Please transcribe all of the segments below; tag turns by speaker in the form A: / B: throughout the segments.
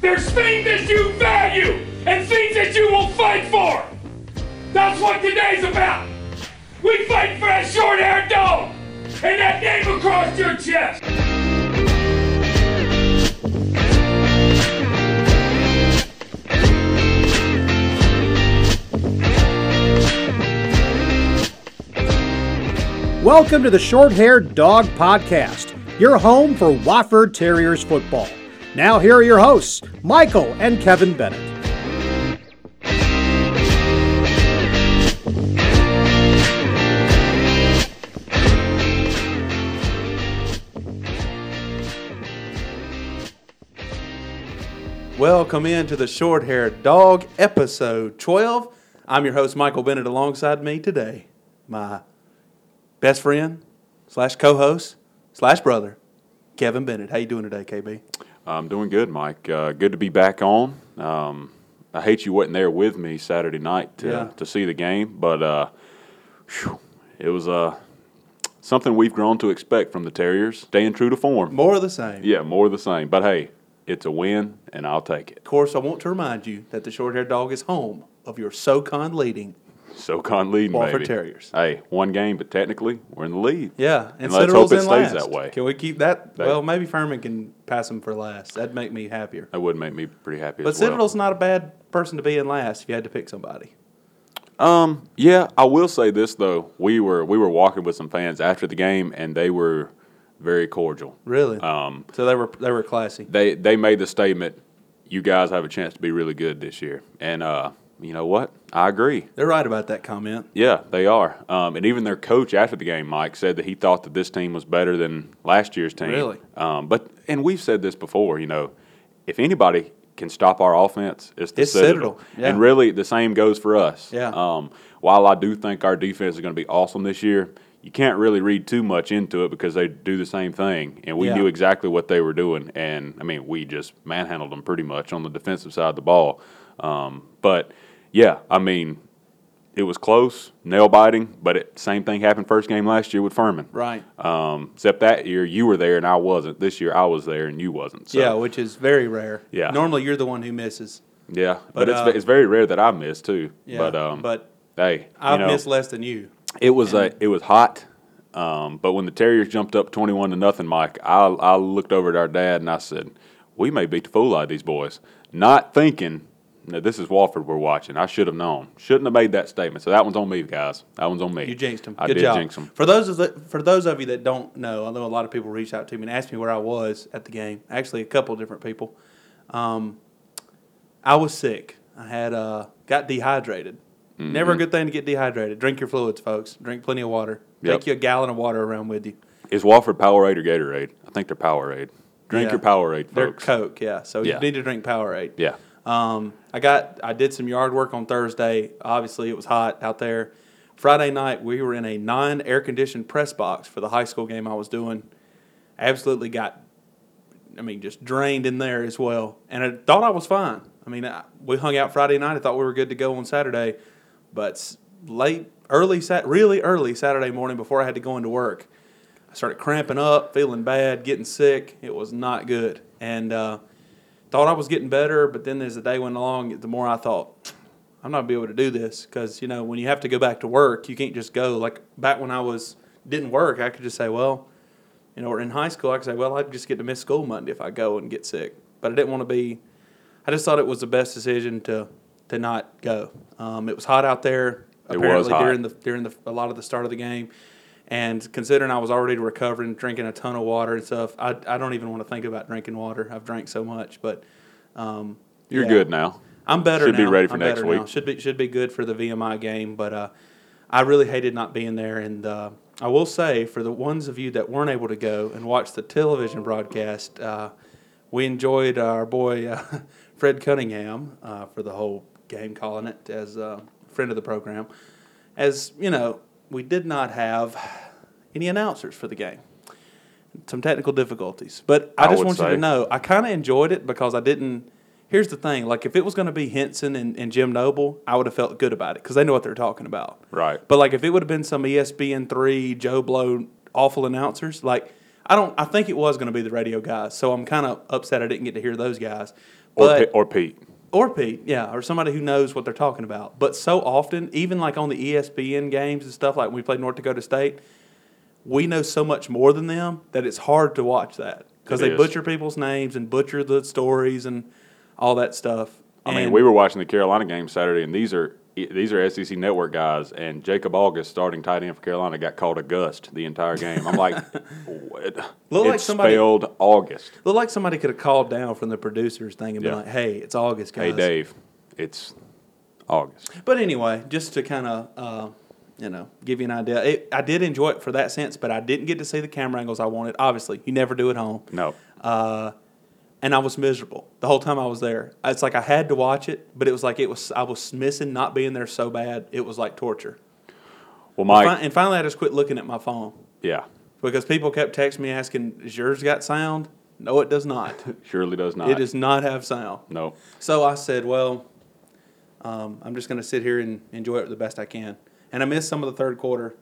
A: There's things that you value and things that you will fight for. That's what today's about. We fight for that short haired dog and that name across your chest.
B: Welcome to the Short Haired Dog Podcast, your home for Wofford Terriers football. Now, here are your hosts, Michael and Kevin Bennett.
C: Welcome in to the Short Haired Dog episode 12. I'm your host, Michael Bennett. Alongside me today, my best friend, slash co host, slash brother, Kevin Bennett. How you doing today, KB?
D: I'm doing good, Mike. Uh, good to be back on. Um, I hate you wasn't there with me Saturday night to,
C: Yeah.
D: to see the game, but uh, phew, it was uh, something we've grown to expect from the Terriers, staying true to form.
C: More of the same.
D: Yeah, more of the same. But hey, it's a win, and I'll take it.
C: Of course, I want to remind you that the Short Haired Dog is home of your SoCon leading.
D: SoCon leading,
C: Wofford
D: baby.
C: Terriers.
D: Hey, one game, but technically we're in the lead.
C: Yeah,
D: and
C: Siderel's
D: let's hope it
C: in
D: stays
C: last.
D: that way.
C: Can we keep that?
D: They-
C: well, maybe Furman can pass him for last. That'd make me happier.
D: That would make me pretty happy.
C: But
D: as well.
C: Citadel's not a bad person to be in last if you had to pick somebody.
D: Um, yeah, I will say this though. We were we were walking with some fans after the game and they were very cordial.
C: Really?
D: Um,
C: so they were they were classy.
D: They they made the statement, you guys have a chance to be really good this year. And uh, you know what? I agree.
C: They're right about that comment.
D: Yeah, they are. Um, and even their coach after the game, Mike, said that he thought that this team was better than last year's team.
C: Really?
D: Um, but and we've said this before, you know, if anybody can stop our offense, it's the
C: It's Citadel,
D: Citadel.
C: yeah.
D: And really, the same goes for us.
C: Yeah.
D: Um, while I do think our defense is going to be awesome this year, you can't really read too much into it because they do the same thing, and we
C: Yeah.
D: knew exactly what they were doing. And I mean, we just manhandled them pretty much on the defensive side of the ball. Um, but yeah, I mean, it was close, nail biting, but it, same thing happened first game last year with Furman.
C: Right.
D: Um, except that year you were there and I wasn't. This year I was there and you wasn't. So,
C: yeah, which is very rare.
D: Yeah.
C: Normally you're the one who misses.
D: yeah.
C: but,
D: But, it's
C: uh,
D: it's very rare that I miss too.
C: Yeah,
D: but um,
C: but
D: hey,
C: I've
D: you know,
C: missed less than you.
D: It was a, it was hot. Um, but when the Terriers jumped up twenty one to nothing, Mike, I I looked over at our dad and I said, "We may beat the fool out of these boys." Not thinking that this is Walford we're watching. I should have known. Shouldn't have made that statement. So that one's on me, guys. That one's on me.
C: You jinxed him.
D: I
C: Good
D: did
C: job.
D: jinx 'em.
C: For those of the, for those of you that don't know, I know a lot of people reached out to me and asked me where I was at the game. Actually, a couple different people. Um, I was sick. I had uh, got dehydrated.
D: Mm-hmm.
C: Never a good thing to get dehydrated. Drink your fluids, folks. Drink plenty of water.
D: Yep.
C: Take you a gallon of water around with you.
D: Is Walford Powerade or Gatorade? I think they're Powerade. Drink
C: Yeah.
D: your Powerade,
C: They're
D: folks.
C: Coke, yeah. So
D: Yeah.
C: you need to drink Powerade.
D: yeah.
C: Um, I got I did some yard work on Thursday. Obviously, it was hot out there. Friday night, we were in a non-air conditioned press box for the high school game I was doing. Absolutely got, I mean, just drained in there as well. And I thought I was fine. I mean, I, we hung out Friday night. I thought we were good to go on Saturday, but s- late, early, sat, really early Saturday morning before I had to go into work, I started cramping up, feeling bad, getting sick. It was not good, and. uh thought I was getting better, but then as the day went along, the more I thought, I'm not gonna be able to do this because you know when you have to go back to work, you can't just go like back when I was didn't work, I could just say, well, you know, or in high school, I could say, well, I'd just get to miss school Monday if I go and get sick, but I didn't want to be. I just thought it was the best decision to to not go. Um, it was hot out there.
D: It was
C: Apparently
D: hot.
C: during the during the a lot of the start of the game. And considering I was already recovering, drinking a ton of water and stuff, I, I don't even want to think about drinking water. I've drank so much, but um,
D: You're
C: yeah.
D: good now.
C: I'm better.
D: Should be
C: now.
D: ready for
C: I'm
D: next
C: better
D: week.
C: now. Should be should be good for the VMI game, but uh, I really hated not being there. And uh, I will say for the ones of you that weren't able to go and watch the television broadcast, uh, we enjoyed our boy uh, Fred Cunningham uh, for the whole game, calling it as a friend of the program. As you know, we did not have any announcers for the game. Some technical difficulties, but I,
D: I
C: just
D: would
C: want you to
D: say.
C: know I kind of enjoyed it because I didn't. here's the thing: like if it was going to be Henson and, and Jim Noble, I would have felt good about it because they know what they're talking about.
D: Right.
C: But like if it would have been some E ESPN three Joe Blow awful announcers, like I don't, I think it was going to be the radio guys. So I'm kind of upset I didn't get to hear those guys.
D: Or,
C: But
D: Pe- or Pete.
C: or Pete, yeah, or somebody who knows what they're talking about. But so often, even like on the E ESPN games and stuff, like when we played North Dakota State, we know so much more than them that it's hard to watch that because
D: It
C: they
D: is.
C: butcher people's names and butcher the stories and all that stuff.
D: I mean,
C: And-
D: we were watching the Carolina game Saturday, and these are e, these are SEC network guys, and Jacob August, starting tight end for Carolina, got called August the entire game. I'm like, what?
C: Look
D: it's
C: like somebody-
D: spelled August.
C: looked like somebody could have called down from the producers thing and been
D: Yeah.
C: like, "Hey, it's August, guys."
D: Hey, Dave, it's August.
C: But anyway, just to kind of uh, you know give you an idea, it, I did enjoy it for that sense, but I didn't get to see the camera angles I wanted. Obviously, you never do at home.
D: No,
C: uh, and I was miserable the whole time I was there. It's like I had to watch it, but it was like it was I was missing not being there so bad. It was like torture.
D: well,
C: Fi-
D: Mike,
C: and finally, I just quit looking at my phone
D: yeah,
C: because people kept texting me asking, "Is yours got sound?" No, it does not.
D: surely does not.
C: it does not have sound.
D: no.
C: So I said, "Well, um, I'm just going to sit here and enjoy it the best I can." And I missed some of the third quarter.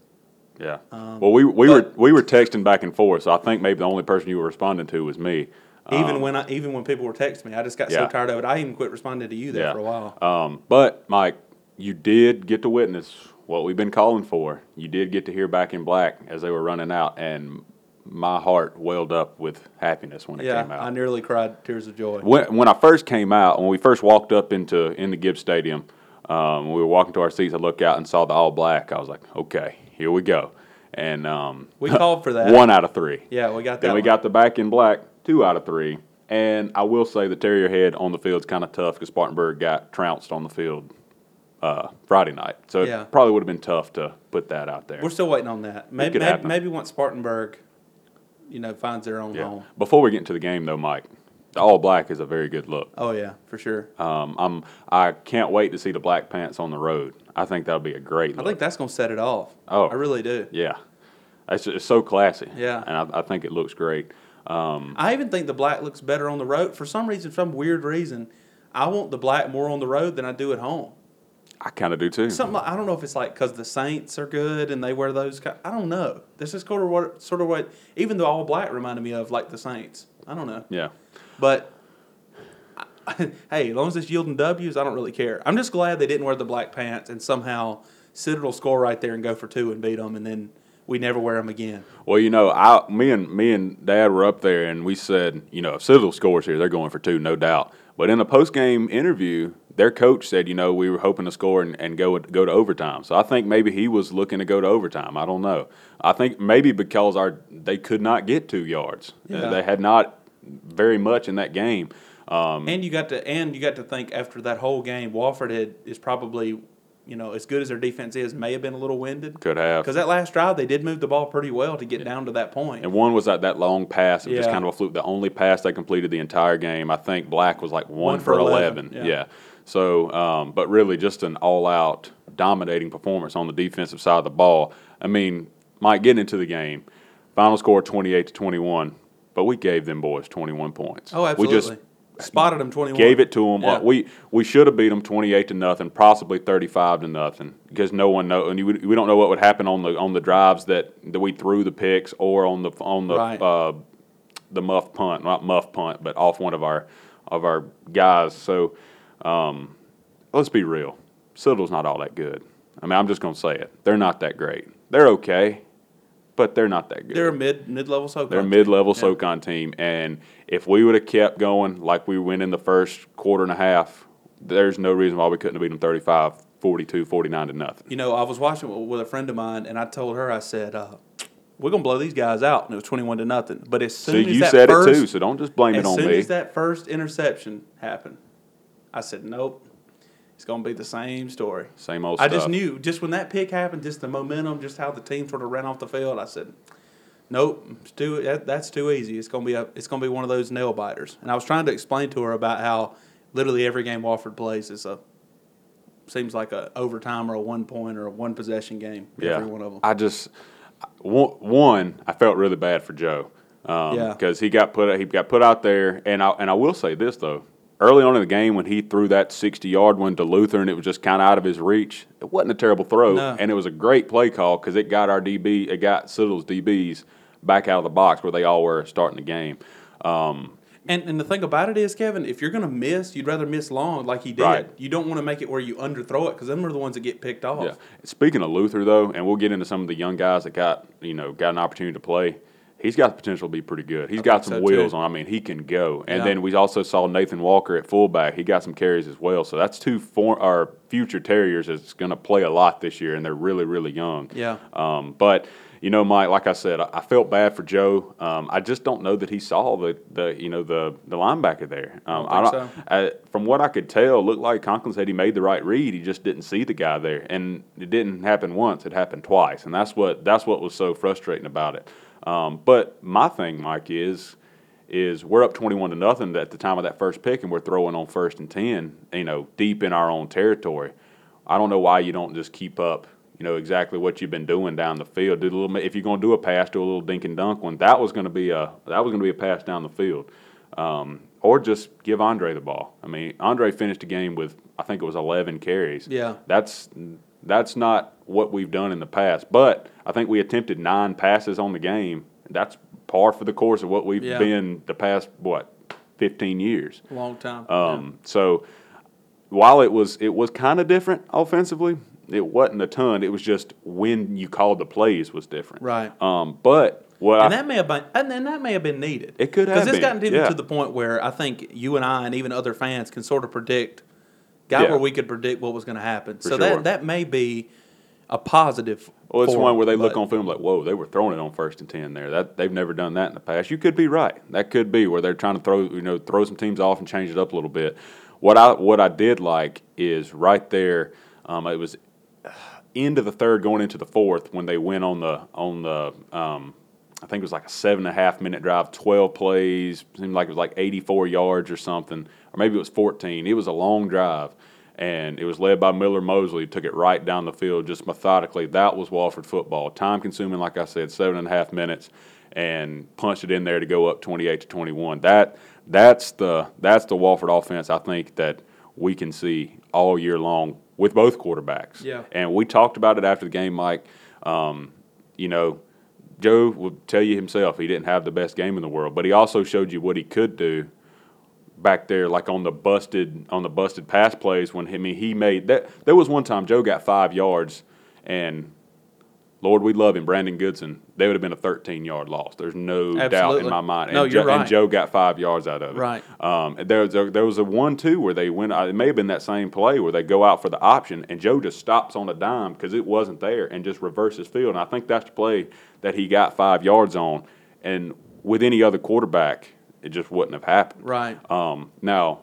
D: Yeah. well, we we
C: Um, but-
D: were we were texting back and forth, so I think maybe the only person you were responding to was me.
C: Even when I, even when people were texting me, I just got so
D: Oh. yeah.
C: tired of it. I even quit responding to you there for a while.
D: Um, but Mike, you did get to witness what we've been calling for. You did get to hear back in black as they were running out, and my heart welled up with happiness when it
C: yeah,
D: came out.
C: I nearly cried tears of joy.
D: when, when I first came out, when we first walked up into into Gibbs Stadium, um, we were walking to our seats. I looked out and saw the all black. I was like, okay, here we go. And um,
C: We called for that.
D: one out of three.
C: Yeah, we got that.
D: Then we
C: one.
D: got the back in black, two out of three. And I will say the Terrier head on the field's kind of tough because Spartanburg got trounced on the field uh, Friday night. So
C: Yeah.
D: it probably would have been tough to put that out there.
C: We're still waiting on that. Maybe
D: could
C: maybe,
D: happen.
C: maybe once Spartanburg, you know, finds their own
D: yeah.
C: home.
D: Before we get into the game, though, Mike, the all black is a very good look.
C: Oh yeah, for sure.
D: Um, I'm, I can't wait to see the black pants on the road. I think that'll be a great
C: I
D: look.
C: think that's gonna set it off.
D: Oh.
C: I really do.
D: yeah. It's, it's so classy.
C: Yeah.
D: And I, I think it looks great.
C: I even think the black looks better on the road for some reason, some weird reason. I want the black more on the road than I do at home.
D: I kind of do too.
C: Something like, I don't know if it's like because the Saints are good and they wear those. ki- I don't know. This is sort of what sort of what even the all black reminded me of like the Saints. I don't know.
D: yeah.
C: But I, hey, as long as it's yielding W's, I don't really care. I'm just glad they didn't wear the black pants and somehow Citadel score right there and go for two and beat them, and then we never wear them again.
D: Well, you know, I, me and me and Dad were up there, and we said, you know, if Citadel scores here, they're going for two, no doubt. But in the post game interview, their coach said, you know, we were hoping to score and, and go go to overtime. So I think maybe he was looking to go to overtime. I don't know. I think maybe because our they could not get two yards.
C: Yeah.
D: They had not very much in that game. Um,
C: And you got to and you got to think after that whole game, Wofford had is probably you know as good as their defense is, may have been a little winded.
D: could have
C: Because that last drive, they did move the ball pretty well to get down to that point.
D: And one was that, that long pass. It was just
C: Yeah.
D: kind of a fluke. The only pass they completed the entire game. I think Black was like one, for, 11. Yeah. So, um, but really just an all out dominating performance on the defensive side of the ball. I mean, Mike, getting into the game, final score 28 to 21, but we gave them boys 21 points.
C: Oh, absolutely.
D: We just
C: spotted them twenty one.
D: gave it to them.
C: Yeah.
D: We we should have beat them twenty eight to nothing, possibly thirty five to nothing, because no one know, and you, we don't know what would happen on the on the drives that, that we threw the picks or on the on the
C: Right.
D: uh, the muff punt, not muff punt, but off one of our of our guys. So um, let's be real, Citadel's not all that good. I mean, I'm just gonna say it. They're not that great. They're okay, but they're not that good.
C: They're a mid mid level so
D: They're a mid-level SoCon team, and if we would have kept going like we went in the first quarter and a half, there's no reason why we couldn't have beat them 35, 42, 49 to nothing.
C: you know, I was watching with- with a friend of mine, and I told her, I said, uh, "We're gonna blow these guys out," and it was twenty-one to nothing. But as soon
D: See,
C: as
D: you
C: that
D: said
C: first,
D: it too, so don't just blame
C: as
D: it on
C: soon
D: me.
C: as that first interception happened, I said, "Nope, it's gonna be the same story."
D: Same old
C: I
D: stuff.
C: just knew, just when that pick happened, just the momentum, just how the team sort of ran off the field. I said, "Nope, it's too that, that's too easy. It's gonna be a, it's gonna be one of those nail biters." And I was trying to explain to her about how literally every game Wofford plays is a seems like a overtime or a one point or a one possession game.
D: yeah,
C: Every one of them.
D: I just one, one, I felt really bad for Joe um, because
C: Yeah.
D: he got put he got put out there, and I and I will say this though, early on in the game when he threw that 60 yard one to Luther and it was just kind of out of his reach, it wasn't a terrible throw.
C: No.
D: And it was a great play call because it got our DB, it got Siddle's DBs back out of the box where they all were starting the game. Um,
C: And, and the thing about it is, Kevin, if you're going to miss, you'd rather miss long like he did.
D: Right.
C: You don't want to make it where you underthrow it because them are the ones that get picked off.
D: Yeah. Speaking of Luther, though, and we'll get into some of the young guys that got you know got an opportunity to play. He's got the potential to be pretty good. He's got
C: think
D: some
C: so,
D: wheels
C: too.
D: on. I mean, he can go. And
C: Yeah.
D: then we also saw Nathan Walker at fullback. He got some carries as well. So that's two for our future Terriers that's going to play a lot this year, and they're really really young.
C: Yeah.
D: Um, but you know, Mike, like I said, I, I felt bad for Joe. Um, I just don't know that he saw the, the you know the the linebacker there. Um,
C: I don't think so.
D: uh, from what I could tell, it looked like Conklin said he made the right read. He just didn't see the guy there, and it didn't happen once. It happened twice, and that's what that's what was so frustrating about it. Um, but my thing, Mike, is is we're up twenty-one to nothing at the time of that first pick, and we're throwing on first and ten. You know, deep in our own territory. I don't know why you don't just keep up. You know exactly what you've been doing down the field. Do a little. If you're going to do a pass, do a little dink and dunk one. That was going to be a that was going to be a pass down the field um, or just give Andre the ball. I mean, Andre finished the game with I think it was 11 carries.
C: Yeah.
D: that's that's not what we've done in the past. But I think we attempted nine passes on the game. That's par for the course of what we've
C: Yeah.
D: been the past what 15 years.
C: Long time.
D: Um, So while it was it was kind of different offensively, it wasn't a ton. It was just when you called the plays was different.
C: Right.
D: Um, but what I
C: and that may have been, and then that may have been needed.
D: It could have
C: because it's
D: been,
C: gotten to,
D: yeah.
C: to the point where I think you and I and even other fans can sort of predict, got
D: Yeah.
C: where we could predict what was going to happen. so
D: sure.
C: that that may be a positive.
D: Well, it's
C: for
D: one where they
C: him,
D: look
C: but-
D: on film like, "Whoa, they were throwing it on first and ten there. That they've never done that in the past." You could be right. That could be where they're trying to throw, you know, throw some teams off and change it up a little bit. What I what I did like is right there. Um, it was end of the third, going into the fourth, when they went on the on the um, I think it was like a seven and a half minute drive, twelve plays, seemed like it was like eighty four yards or something, or maybe it was fourteen. It was a long drive, and it was led by Miller Mosley. Took it right down the field, just methodically. That was Walford football, time consuming, like I said, seven and a half minutes, and punched it in there to go up twenty eight to twenty one. That that's the that's the Walford offense. I think that we can see all year long with both quarterbacks.
C: Yeah.
D: And we talked about it after the game, Mike. Um, you know, Joe will tell you himself he didn't have the best game in the world, but he also showed you what he could do back there, like on the busted on the busted pass plays when he, I mean, he made that. There was one time Joe got five yards, and Lord, we love him, Brandon Goodson. They would have been a 13 yard loss. There's no doubt in
C: Absolutely.
D: my mind. And
C: No, you're
D: Jo-
C: right.
D: And Joe got five yards out of it.
C: Right.
D: Um, and there, there, there was a one two where they went. uh, It may have been that same play where they go out for the option, and Joe just stops on a dime because it wasn't there, and just reverses field. And I think that's the play that he got five yards on, and with any other quarterback, it just wouldn't have happened.
C: Right.
D: Um, now,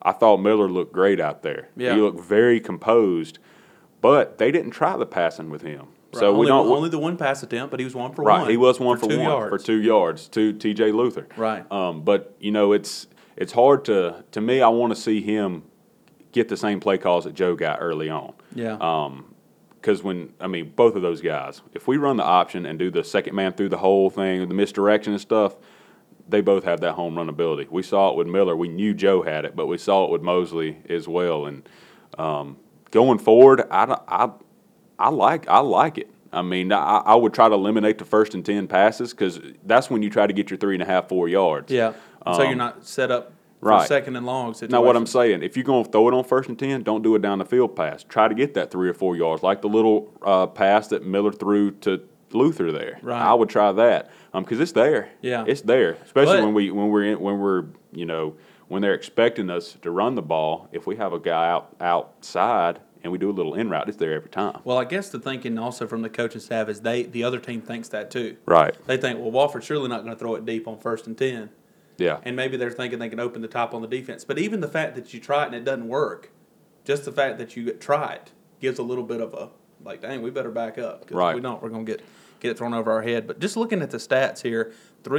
D: I thought Miller looked great out there.
C: Yeah.
D: He looked very composed, but they didn't try the passing with him. So
C: only,
D: we don't
C: only the one pass attempt, but he was one for
D: right.
C: one.
D: He was one for,
C: two
D: one
C: yards.
D: for two yards to T.J. Luther.
C: Right.
D: Um, but you know, it's it's hard to to me. I want to see him get the same play calls that Joe got early on.
C: Yeah.
D: um, Because when I mean both of those guys, if we run the option and do the second man through the whole thing, the misdirection and stuff, they both have that home run ability. We saw it with Miller. We knew Joe had it, but we saw it with Mosley as well. And um, going forward, I, don't- I I like I like it. I mean, I, I would try to eliminate the first and ten passes because that's when you try to get your three and a half, four yards.
C: yeah. so you're
D: um,
C: not set up for
D: right.
C: second and long.
D: Now, what I'm
C: situations.
D: saying, if you're going to throw it on first and 10, don't do it down the field pass. Try to get that three or four yards, like the little uh, pass that Miller threw to Luther there.
C: Right.
D: I would try that because it's there.
C: Yeah.
D: It's there, especially
C: But-
D: when, we, when, we're in, when we're, you know, when they're expecting us to run the ball. If we have a guy out outside and we do a little in route, it's there every time.
C: Well, I guess the thinking also from the coaching staff is they the other team thinks that too.
D: Right.
C: They think, well, Walford's surely not going to throw it deep on first and ten.
D: Yeah.
C: And maybe they're thinking they can open the top on the defense. But even the fact that you try it and it doesn't work, just the fact that you try it gives a little bit of a like, dang, we better back up. 'cause
D: Right.
C: If we don't, we're going to get get it thrown over our head. But just looking at the stats here,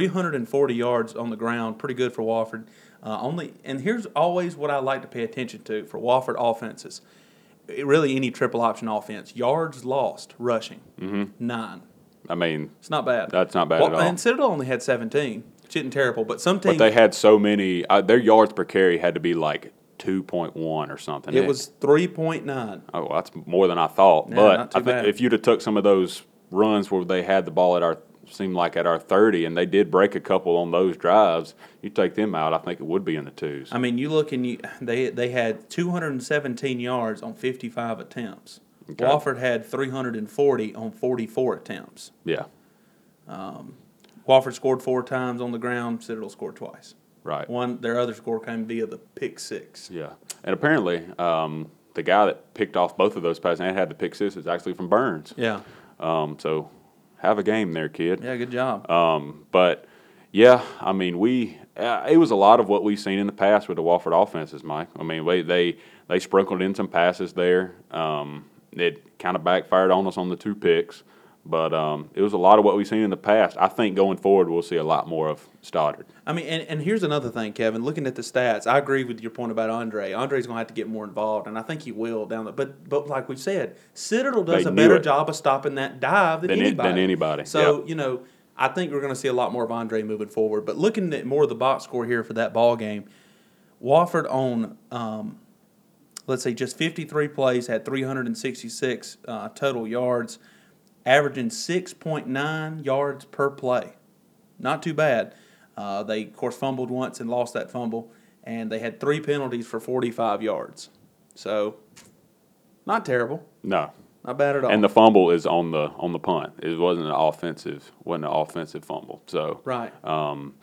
C: 340 yards on the ground, pretty good for Wofford. Uh, only, and here's always what I like to pay attention to for Wofford offenses. It- really, any triple option offense, yards lost rushing, nine.
D: I mean,
C: It's not bad.
D: Mm-hmm. That's not bad at all.
C: And Citadel only had 17. shitting terrible. But some
D: But
C: teams,
D: they had so many. Uh, their yards per carry had to be like two point one or something.
C: it was three point nine.
D: Oh, well, that's more than I thought.
C: Yeah,
D: but
C: not
D: I
C: too
D: think
C: bad.
D: if you'd have took some of those runs where they had the ball at our seemed like at our thirty, and they did break a couple on those drives, you take them out, I think it would be in the twos.
C: I mean, you look and you they they had 217 yards on 55 attempts.
D: Okay.
C: Wofford had 340 on 44 attempts.
D: yeah,
C: Wofford scored four times on the ground. Citadel scored twice.
D: right.
C: One their other score came via the pick six.
D: Yeah, and apparently um, the guy that picked off both of those passes and had the pick six is actually from Burns.
C: Yeah,
D: Um, so have a game there, kid.
C: yeah, good job.
D: Um, but yeah, I mean, we uh, it was a lot of what we've seen in the past with the Wofford offenses, Mike. I mean, we, they they sprinkled in some passes there. Um, it kind of backfired on us on the two picks, but um, it was a lot of what we've seen in the past. I think going forward, we'll see a lot more of Stoddard.
C: I mean, and, and here's another thing, Kevin. Looking at the stats, I agree with your point about Andre. Andre's going to have to get more involved, and I think he will down the. But but like we said, Citadel does
D: They
C: a
D: knew
C: better
D: it.
C: job of stopping that dive than,
D: Than it-
C: anybody.
D: than anybody,
C: So
D: yeah.
C: you know, I think we're going to see a lot more of Andre moving forward. But looking at more of the box score here for that ball game, Wofford on um, let's say just 53 plays had 366 uh, total yards, averaging 6.9 yards per play. Not too bad. Uh, they of course fumbled once and lost that fumble, and they had three penalties for 45 yards. So, not terrible,
D: No,
C: not bad at all.
D: and the fumble is on the on the punt. It wasn't an offensive wasn't an offensive fumble. So
C: right,
D: Um,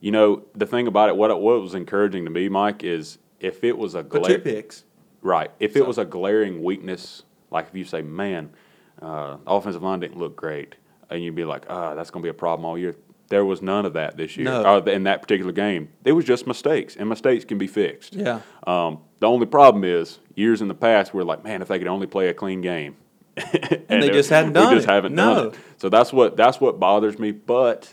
D: you know, the thing about it, what it, what was encouraging to me, Mike, is if it was a
C: but two
D: glare,
C: picks.
D: right? If it
C: So-
D: was a glaring weakness, like if you say, "Man, uh, offensive line didn't look great," and you'd be like, "Ah, that's going to be a problem all year." There was none of that this year,
C: No.
D: or in that particular game. It was just mistakes, and mistakes can be fixed.
C: Yeah.
D: Um, the only problem is years in the past, we are like, man, if they could only play a clean game, and,
C: they
D: it-
C: just hadn't
D: we
C: done
D: just
C: it.
D: haven't
C: No.
D: done it. So that's what that's what bothers me. But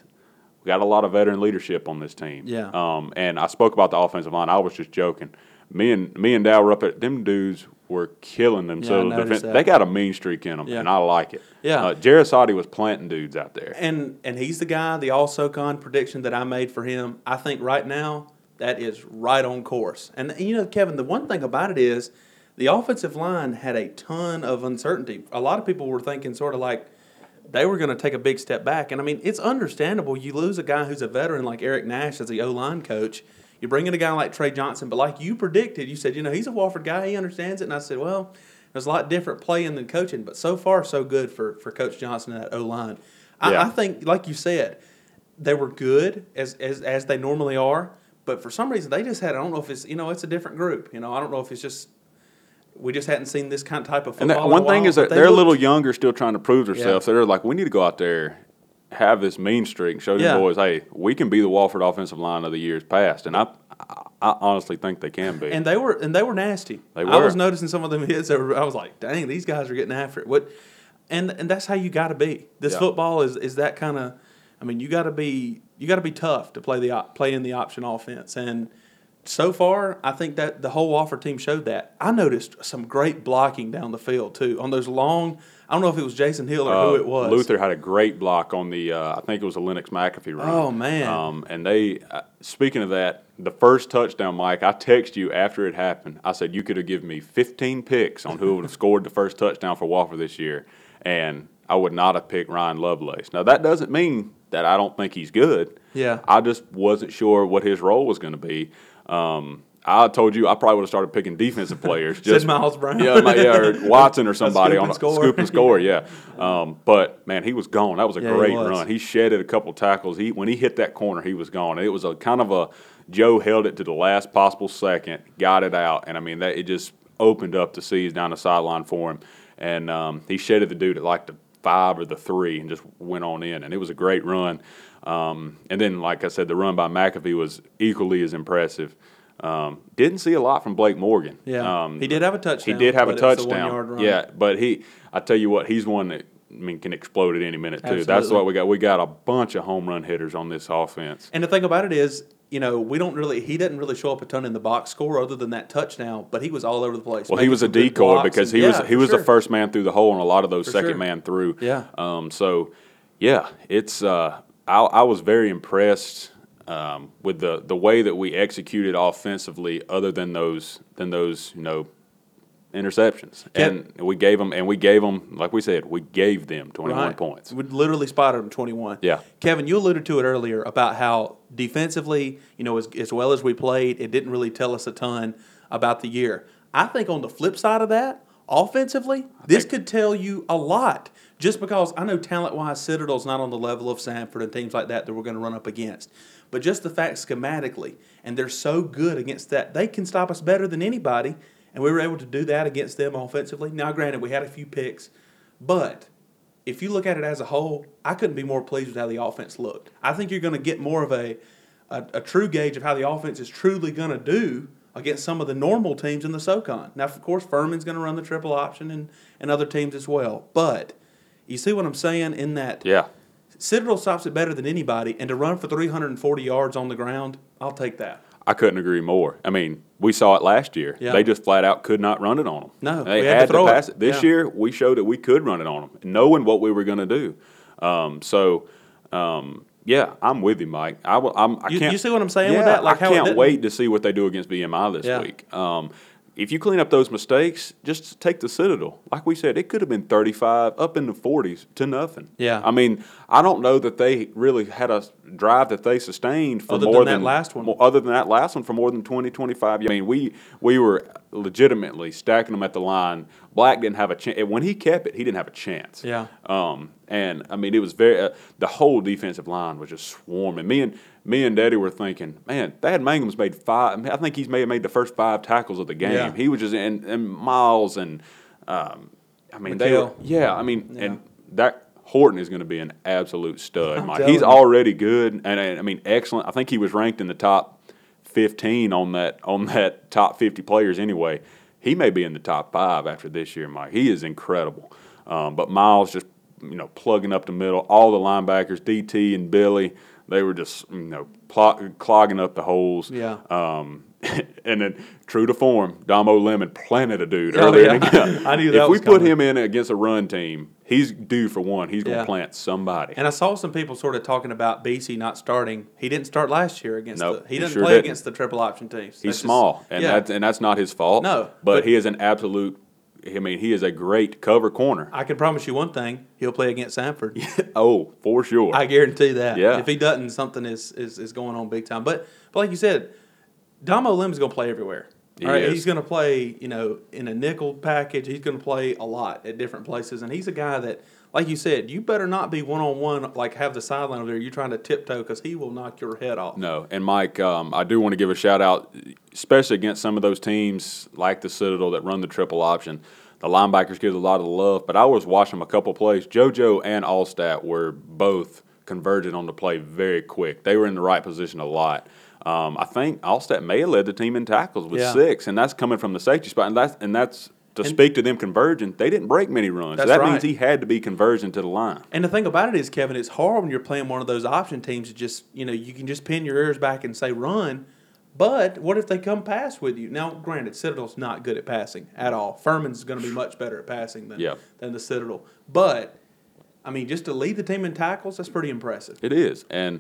D: we got a lot of veteran leadership on this team.
C: Yeah.
D: Um, and I spoke about the offensive line. I was just joking. Me and me and Dow were up at them dudes were killing themselves.
C: noticed
D: Defen-
C: that.
D: They got a mean streak in them,
C: Yeah.
D: and I like it.
C: Yeah.
D: Uh, Jarisati was planting dudes out there.
C: And and he's the guy, the all SoCon prediction that I made for him. I think right now that is right on course. And you know, Kevin, the one thing about it is the offensive line had a ton of uncertainty. A lot of people were thinking sort of like they were going to take a big step back. And I mean, it's understandable. You lose a guy who's a veteran like Eric Nash as the O line coach. You bring in a guy like Trey Johnson, but like you predicted, you said, you know, he's a Wofford guy. He understands it. And I said, well, there's a lot different playing than coaching, but so far, so good for, for Coach Johnson and that O line. I,
D: Yeah.
C: I think, like you said, they were good as, as, as they normally are, but for some reason, they just had, I don't know if it's, you know, it's a different group. You know, I don't know if it's just, we just hadn't seen this kind of type of
D: And
C: football.
D: that,
C: in a
D: one thing
C: while,
D: is
C: but
D: that
C: they
D: they're a
C: looked-
D: little younger, still trying to prove themselves. So they're like, we need to go out there, have this mean streak, and show them
C: Yeah.
D: boys, hey, we can be the Walford offensive line of the years past. And I, I, I honestly think they can be.
C: and they were and they were nasty.
D: They
C: I was
D: were.
C: noticing some of them hits. that were- I was like, dang, these guys are getting after it. What? And and that's how you got to be. This
D: Yeah.
C: football is is that kind of. I mean, you got to be you got to be tough to play the op- play in the option offense. And so far, I think that the whole offer team showed that. I noticed some great blocking down the field too on those long. I don't know if it was Jason Hill or who
D: Uh,
C: it was.
D: Luther had a great block on the, uh, I think it was a Lennox McAfee run.
C: Oh, man.
D: Um, and they, uh, speaking of that, the first touchdown, Mike, I texted you after it happened. I said, you could have given me 15 picks on who would have scored the first touchdown for Wofford this year, and I would not have picked Ryan Lovelace. Now, that doesn't mean that I don't think he's good.
C: Yeah.
D: I just wasn't sure what his role was going to be. Um, I told you I probably would have started picking defensive players. just
C: Miles Brown.
D: Yeah, my, yeah, or Watson or somebody
C: scoop
D: on
C: and
D: a
C: score.
D: scoop and score. Yeah, um, but man, he was gone. That was a
C: Yeah, he
D: great
C: was.
D: run. He shedded a couple tackles. He when he hit that corner, he was gone. It was a kind of a Joe held it to the last possible second, got it out, and I mean that it just opened up the seas down the sideline for him, and um, he shedded the dude at like the five or the three and just went on in, and it was a great run. Um, and then, like I said, the run by McAfee was equally as impressive. Um, didn't see a lot from Blake Morgan.
C: Yeah.
D: um,
C: He did have a touchdown,
D: He did have a
C: but it was a
D: touchdown.
C: one-yard run.
D: Yeah, but he, I tell you what, he's one that I mean can explode at any minute too. That's
C: Absolutely.
D: what we got. We got a bunch of home run hitters on this offense.
C: And the thing about it is, you know, we don't really he didn't really show up a ton in the box score other than that touchdown, but he was all over the place.
D: Well, he
C: making
D: was a
C: some good
D: decoy
C: blocks
D: because
C: and-
D: he
C: yeah,
D: was he
C: for
D: was
C: sure.
D: the first man through the hole, and a lot of those second
C: sure.
D: man through.
C: Yeah.
D: Um. So, yeah, it's uh, I I was very impressed. um, with the the way that we executed offensively, other than those than those you know interceptions,
C: Can-
D: and we gave them and we gave them like we said we gave them twenty one
C: Right.
D: points.
C: We literally spotted him 21.
D: Yeah.
C: Kevin, you alluded to it earlier about how defensively, you know, as, as well as we played, it didn't really tell us a ton about the year. I think on the flip side of that, offensively, this
D: think-
C: could tell you a lot just because I know talent wise, Citadel's not on the level of Sanford and teams like that that we're going to run up against. But just the fact schematically, and they're so good against that, they can stop us better than anybody. And we were able to do that against them offensively. Now, granted, we had a few picks, but if you look at it as a whole, I couldn't be more pleased with how the offense looked. I think you're going to get more of a, a, a true gauge of how the offense is truly going to do against some of the normal teams in the SOCON. Now, of course, Furman's going to run the triple option and, and other teams as well. But you see what I'm saying in that
D: Yeah,
C: Citadel stops it better than anybody, and to run for 340 yards on the ground, I'll take that.
D: I couldn't agree more. I mean, we saw it last year.
C: Yeah.
D: They just flat out could not run it on them.
C: No,
D: they
C: we
D: had, to,
C: throw it.
D: pass it. This
C: Yeah.
D: year, we showed that we could run it on them, knowing what we were going to do. Um, so, um, yeah, I'm with you, Mike. I will. I'm, I
C: You-
D: can't.
C: you see what I'm saying with
D: Yeah,
C: that? Like
D: I
C: how it
D: can't
C: didn't-
D: wait to see what they do against BMI this
C: Yeah.
D: week. Um, if you clean up those mistakes, just take the Citadel. Like we said, it could have been 35 up in the 40s to nothing.
C: Yeah.
D: I mean, I don't know that they really had a drive that they sustained for
C: Other than
D: more
C: that last one.
D: more- other than that last one for more than 20, 25 I mean, we we were legitimately stacking them at the line. Black didn't have a chance. When he kept it, he didn't have a chance.
C: Yeah.
D: Um, and I mean, it was very. Uh, the whole defensive line was just swarming. Me and me and Daddy were thinking, man, Thad Mangum's made five. I think he's made made the first five tackles of the game.
C: Yeah.
D: He was just in, and Miles and, um, I mean, they
C: Mikhail.
D: were, yeah. I mean, and that Horton is going to be an absolute stud. Mike.
C: telling
D: He's
C: you.
D: already good, and, and I mean, excellent. I think he was ranked in the top fifteen on that on that top fifty players anyway. He may be in the top five after this year, Mike. He is incredible. Um, but Miles just you know plugging up the middle. All the linebackers, DT and Billy, they were just you know plo- clogging up the holes.
C: Yeah.
D: Um, and then, true to form, Domo Lemon planted a dude
C: Oh,
D: earlier.
C: yeah.
D: in the game.
C: I knew
D: if
C: that
D: we
C: was
D: put
C: coming.
D: him in against a run team, he's due for one. He's going to
C: Yeah.
D: plant somebody.
C: And I saw some people sort of talking about BC not starting. He didn't start last year against
D: Nope,
C: the. He,
D: he
C: didn't
D: sure
C: play
D: didn't.
C: against the triple option teams.
D: He's
C: That's just-
D: small, and
C: yeah.
D: that's and that's not his fault.
C: No,
D: but,
C: but-
D: he is an absolute. I mean, he is a great cover corner.
C: I can promise you one thing: he'll play against Sanford.
D: oh, for sure.
C: I guarantee that.
D: Yeah.
C: If he doesn't, something is, is is going on big time. But but like you said, Domo Lim's going to play everywhere.
D: He
C: All right,
D: is.
C: he's going to play you know in a nickel package. He's going to play a lot at different places, and he's a guy that, like you said, you better not be one on one. Like have the sideline over there. You're trying to tiptoe because he will knock your head off.
D: no, and Mike, um, I do want to give a shout out, especially against some of those teams like the Citadel that run the triple option. The linebackers give a lot of love, but I was watching a couple plays. JoJo and Allstat were both converging on the play very quick. They were in the right position a lot. Um, I think Allstat may have led the team in tackles with
C: Yeah.
D: six, and that's coming from the safety spot, and that's and that's. To speak to them converging, they didn't break many runs. So
C: That's
D: that
C: right.
D: means he had to be converging to the line.
C: And the thing about it is, Kevin, it's hard when you're playing one of those option teams to just, you know, you can just pin your ears back and say run. But what if they come pass with you? Now, granted, Citadel's not good at passing at all. Furman's going to be much better at passing than,
D: Yeah.
C: than the Citadel. But, I mean, just to lead the team in tackles, that's pretty impressive.
D: It is, and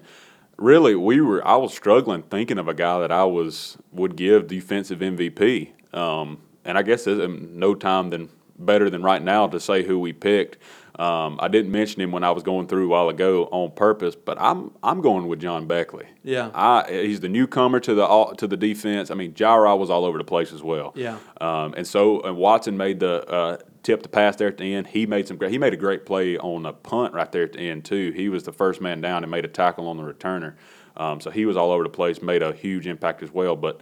D: really, we were. I was struggling thinking of a guy that I was would give defensive MVP. Um, and I guess there's um, no time than better than right now to say who we picked. Um, I didn't mention him when I was going through a while ago on purpose, but I'm I'm going with John Beckley.
C: Yeah.
D: I, he's the newcomer to the all- to the defense. I mean, Jairo was all over the place as well.
C: Yeah.
D: Um, and so and Watson made the uh, tip the pass there at the end. He made some great. He made a great play on a punt right there at the end too. He was the first man down and made a tackle on the returner. Um, so he was all over the place, made a huge impact as well. But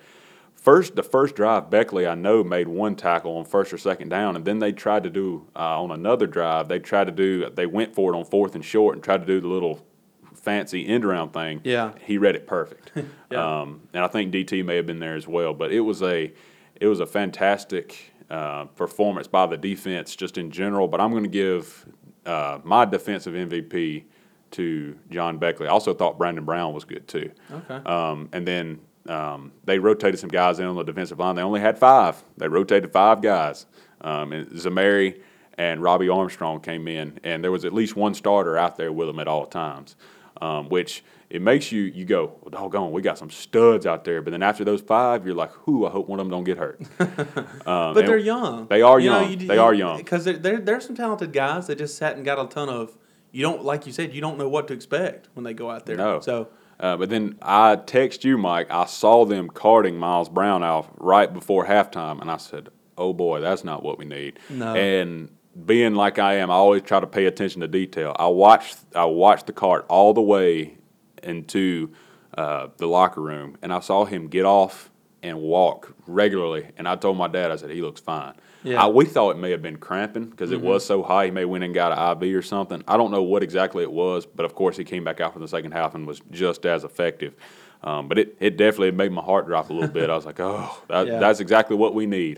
D: first, the first drive, Beckley I know made one tackle on first or second down, and then they tried to do uh, on another drive. They tried to do. They went for it on fourth and short and tried to do the little fancy end around thing.
C: Yeah.
D: he read it perfect.
C: Yeah.
D: um, and I think DT may have been there as well. But it was a it was a fantastic uh, performance by the defense just in general. But I'm going to give uh, my defensive MVP to John Beckley. I also thought Brandon Brown was good too.
C: Okay.
D: Um, and then um, they rotated some guys in on the defensive line. They only had five. They rotated five guys. Um, and Zamari and Robbie Armstrong came in, and there was at least one starter out there with them at all times. um, which it makes you you go, well, doggone, we got some studs out there. But then after those five, you're like, whoo, I hope one of them don't get hurt. Um,
C: But
D: and
C: they're young.
D: They are young. they are young.
C: Because there there- there's some talented guys that just sat and got a ton of. You don't like you said. You don't know what to expect when they go out there.
D: No.
C: So
D: Uh, but then I text you, Mike. I saw them carting Miles Brown out right before halftime, and I said, "Oh boy, that's not what we need."
C: No.
D: And being like I am, I always try to pay attention to detail. I watched I watched the cart all the way into uh, the locker room, and I saw him get off and walk regularly. And I told my dad, I said, "He looks fine."
C: Yeah. Mm-hmm.
D: I, we thought it may have been cramping because it was so high. He may went and got an IV or something. I don't know what exactly it was, but of course he came back out for the second half and was just as effective. Um, but it, it definitely made my heart drop a little bit. I was like, oh, that,
C: Yeah.
D: that's exactly what we need.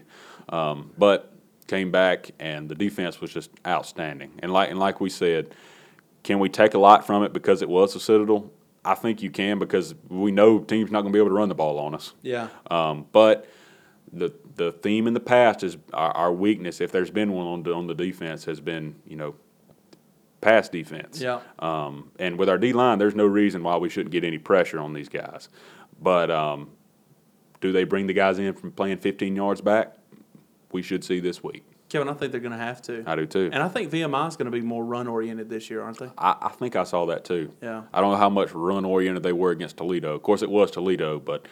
D: Um, but came back and the defense was just outstanding. And like and like we said, can we take a lot from it because it was the Citadel? I think you can because we know teams not going to be able to run the ball on us.
C: yeah,
D: Um, but the the theme in the past is our, our weakness, if there's been one on the, on the defense, has been you know pass defense.
C: Yeah.
D: Um, and with our D line, there's no reason why we shouldn't get any pressure on these guys. But um, do they bring the guys in from playing 15 yards back? We should see this week.
C: Kevin, I think they're going to have to.
D: I do too.
C: And I think VMI is going to be more run oriented this year, aren't they?
D: I, I think I saw that too.
C: Yeah.
D: I don't know how much run oriented they were against Toledo. Of course, it was Toledo, but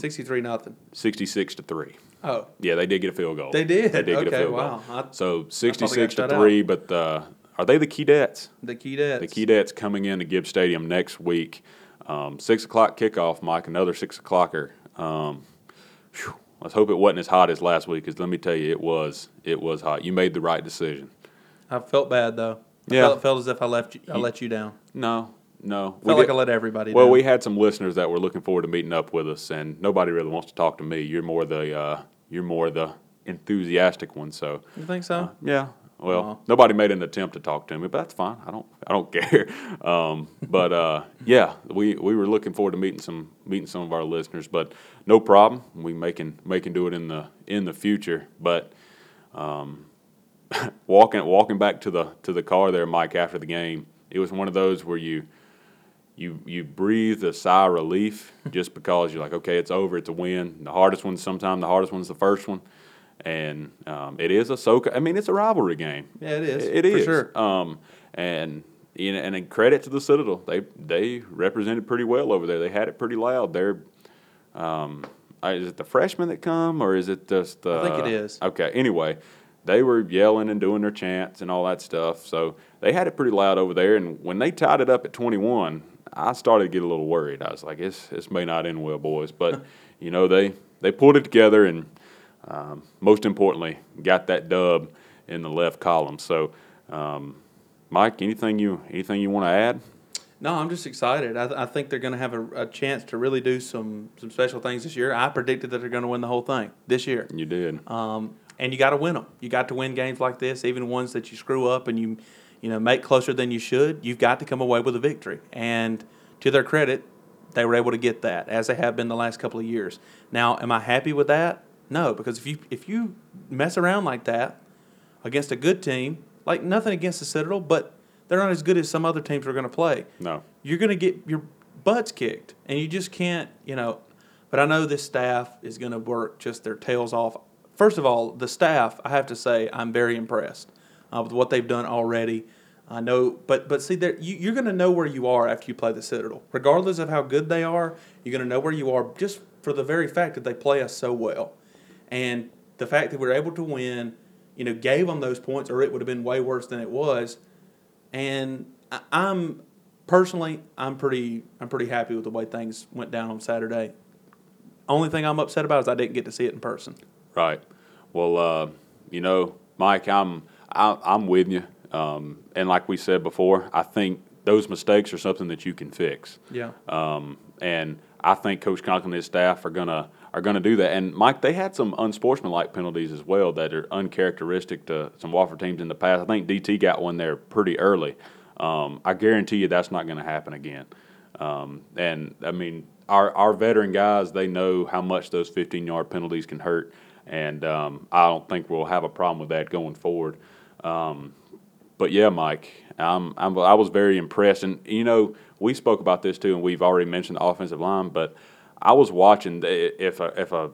C: Sixty three nothing.
D: 66 to three.
C: Oh,
D: Yeah, they did get a field goal.
C: They did?
D: They did get a
C: Okay,
D: field
C: wow.
D: goal.
C: I-
D: so sixty-six to
C: shut out.
D: three, but uh, are they the Keydets?
C: the Keydets.
D: The Keydets coming in to Gibbs Stadium next week. Um, six o'clock kickoff, Mike. Another six o'clocker. Um, phew, let's hope it wasn't as hot as last week. Because let me tell you, it was. It was hot. You made the right decision.
C: I felt bad though. I
D: Yeah.
C: felt, felt as if I left you, I let you down.
D: No, no. We
C: Felt like
D: did-
C: I let everybody
D: Well,
C: down.
D: we had some listeners that were looking forward to meeting up with us, and nobody really wants to talk to me. You're more the uh, you're more the enthusiastic one. So
C: You think so?
D: Yeah. Well,
C: Aw.
D: nobody made an attempt to talk to me, but that's fine. I don't. I don't care. Um, but uh, yeah, we, we were looking forward to meeting some meeting some of our listeners, but no problem. We making making do it in the in the future. But um, walking walking back to the to the car there, Mike, after the game, it was one of those where you you you breathe a sigh of relief just because you're like, okay, it's over, it's a win. The hardest one, sometimes the hardest one's the first one, and um, it is a soca. I mean, it's a rivalry game.
C: Yeah, it is,
D: It
C: for
D: is
C: sure.
D: Um, and you know, and in credit to the Citadel, they they represented pretty well over there. They had it pretty loud. They're um, uh, is it the freshmen that come or is it just the?
C: I think it is.
D: Okay. Anyway, they were yelling and doing their chants and all that stuff. So they had it pretty loud over there. And when they tied it up at 21, I started to get a little worried. I was like, "This this may not end well, boys." But you know, they they pulled it together and um, most importantly, got that dub in the left column. So, um, Mike, anything you anything you want to add?
C: No, I'm just excited. I, th- I think they're going to have a, a chance to really do some some special things this year. I predicted that they're going to win the whole thing this year.
D: You did.
C: Um, and you got to win them. You got to win games like this, even ones that you screw up and you, you know, make closer than you should. You've got to come away with a victory. And to their credit, they were able to get that, as they have been the last couple of years. Now, am I happy with that? No, because if you if you mess around like that against a good team, like nothing against the Citadel, but they're not as good as some other teams we're going to play
D: No.
C: you're going to get your butts kicked and you just can't you know but i know this staff is going to work just their tails off first of all the staff i have to say i'm very impressed uh, with what they've done already i know but but see there you, you're going to know where you are after you play the citadel regardless of how good they are you're going to know where you are just for the very fact that they play us so well and the fact that we were able to win you know gave them those points or it would have been way worse than it was and I, I'm personally, I'm pretty, I'm pretty happy with the way things went down on Saturday. Only thing I'm upset about is I didn't get to see it in person.
D: Right. Well, uh, you know, Mike, I'm I, I'm with you. Um, and like we said before, I think those mistakes are something that you can fix.
C: Yeah,
D: Um, and I think Coach Conklin and his staff are gonna are gonna do that. And Mike, they had some unsportsmanlike penalties as well that are uncharacteristic to some Wofford teams in the past. I think DT got one there pretty early. Um, I guarantee you that's not gonna happen again. Um, and I mean, our our veteran guys they know how much those 15 yard penalties can hurt, and um, I don't think we'll have a problem with that going forward. Um, but yeah, Mike, I'm, I'm, I was very impressed. And, you know, we spoke about this too, and we've already mentioned the offensive line, but I was watching the, if a, if a,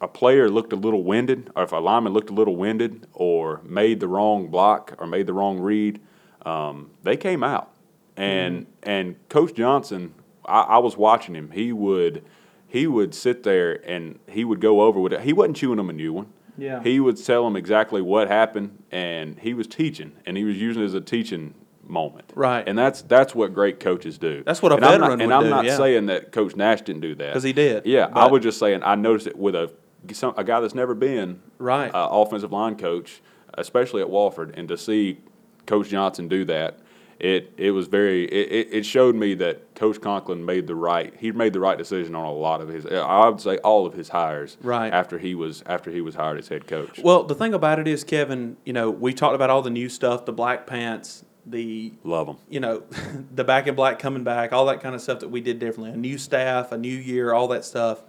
D: a player looked a little winded, or if a lineman looked a little winded, or made the wrong block, or made the wrong read, um, they came out. And and Coach Johnson, I, I was watching him. He would he would sit there and he would go over with it. He wasn't chewing them a new one.
C: Yeah.
D: He would tell them exactly what happened, and he was teaching, and he was using it as a teaching moment.
C: Right.
D: And that's that's what great coaches do.
C: That's what a
D: and I'm
C: veteran
D: not, And
C: would
D: I'm
C: do,
D: not
C: yeah.
D: saying that Coach Nash didn't do that
C: 'Cause he did,
D: Yeah, I
C: but-
D: was just saying I noticed it with a some, a guy that's never been
C: Right.
D: uh, offensive line coach, especially at Walford, and to see Coach Johnson do that, it it was very it, it- it showed me that Coach Conklin made the right he made the right decision on a lot of his I would say all of his hires
C: Right.
D: after he was after he was hired as head coach.
C: Well, the thing about it is, Kevin, you know, we talked about all the new stuff, the black pants, the
D: Love him.
C: you know, the back in black coming back, all that kind of stuff that we did differently. A new staff, a new year, all that stuff.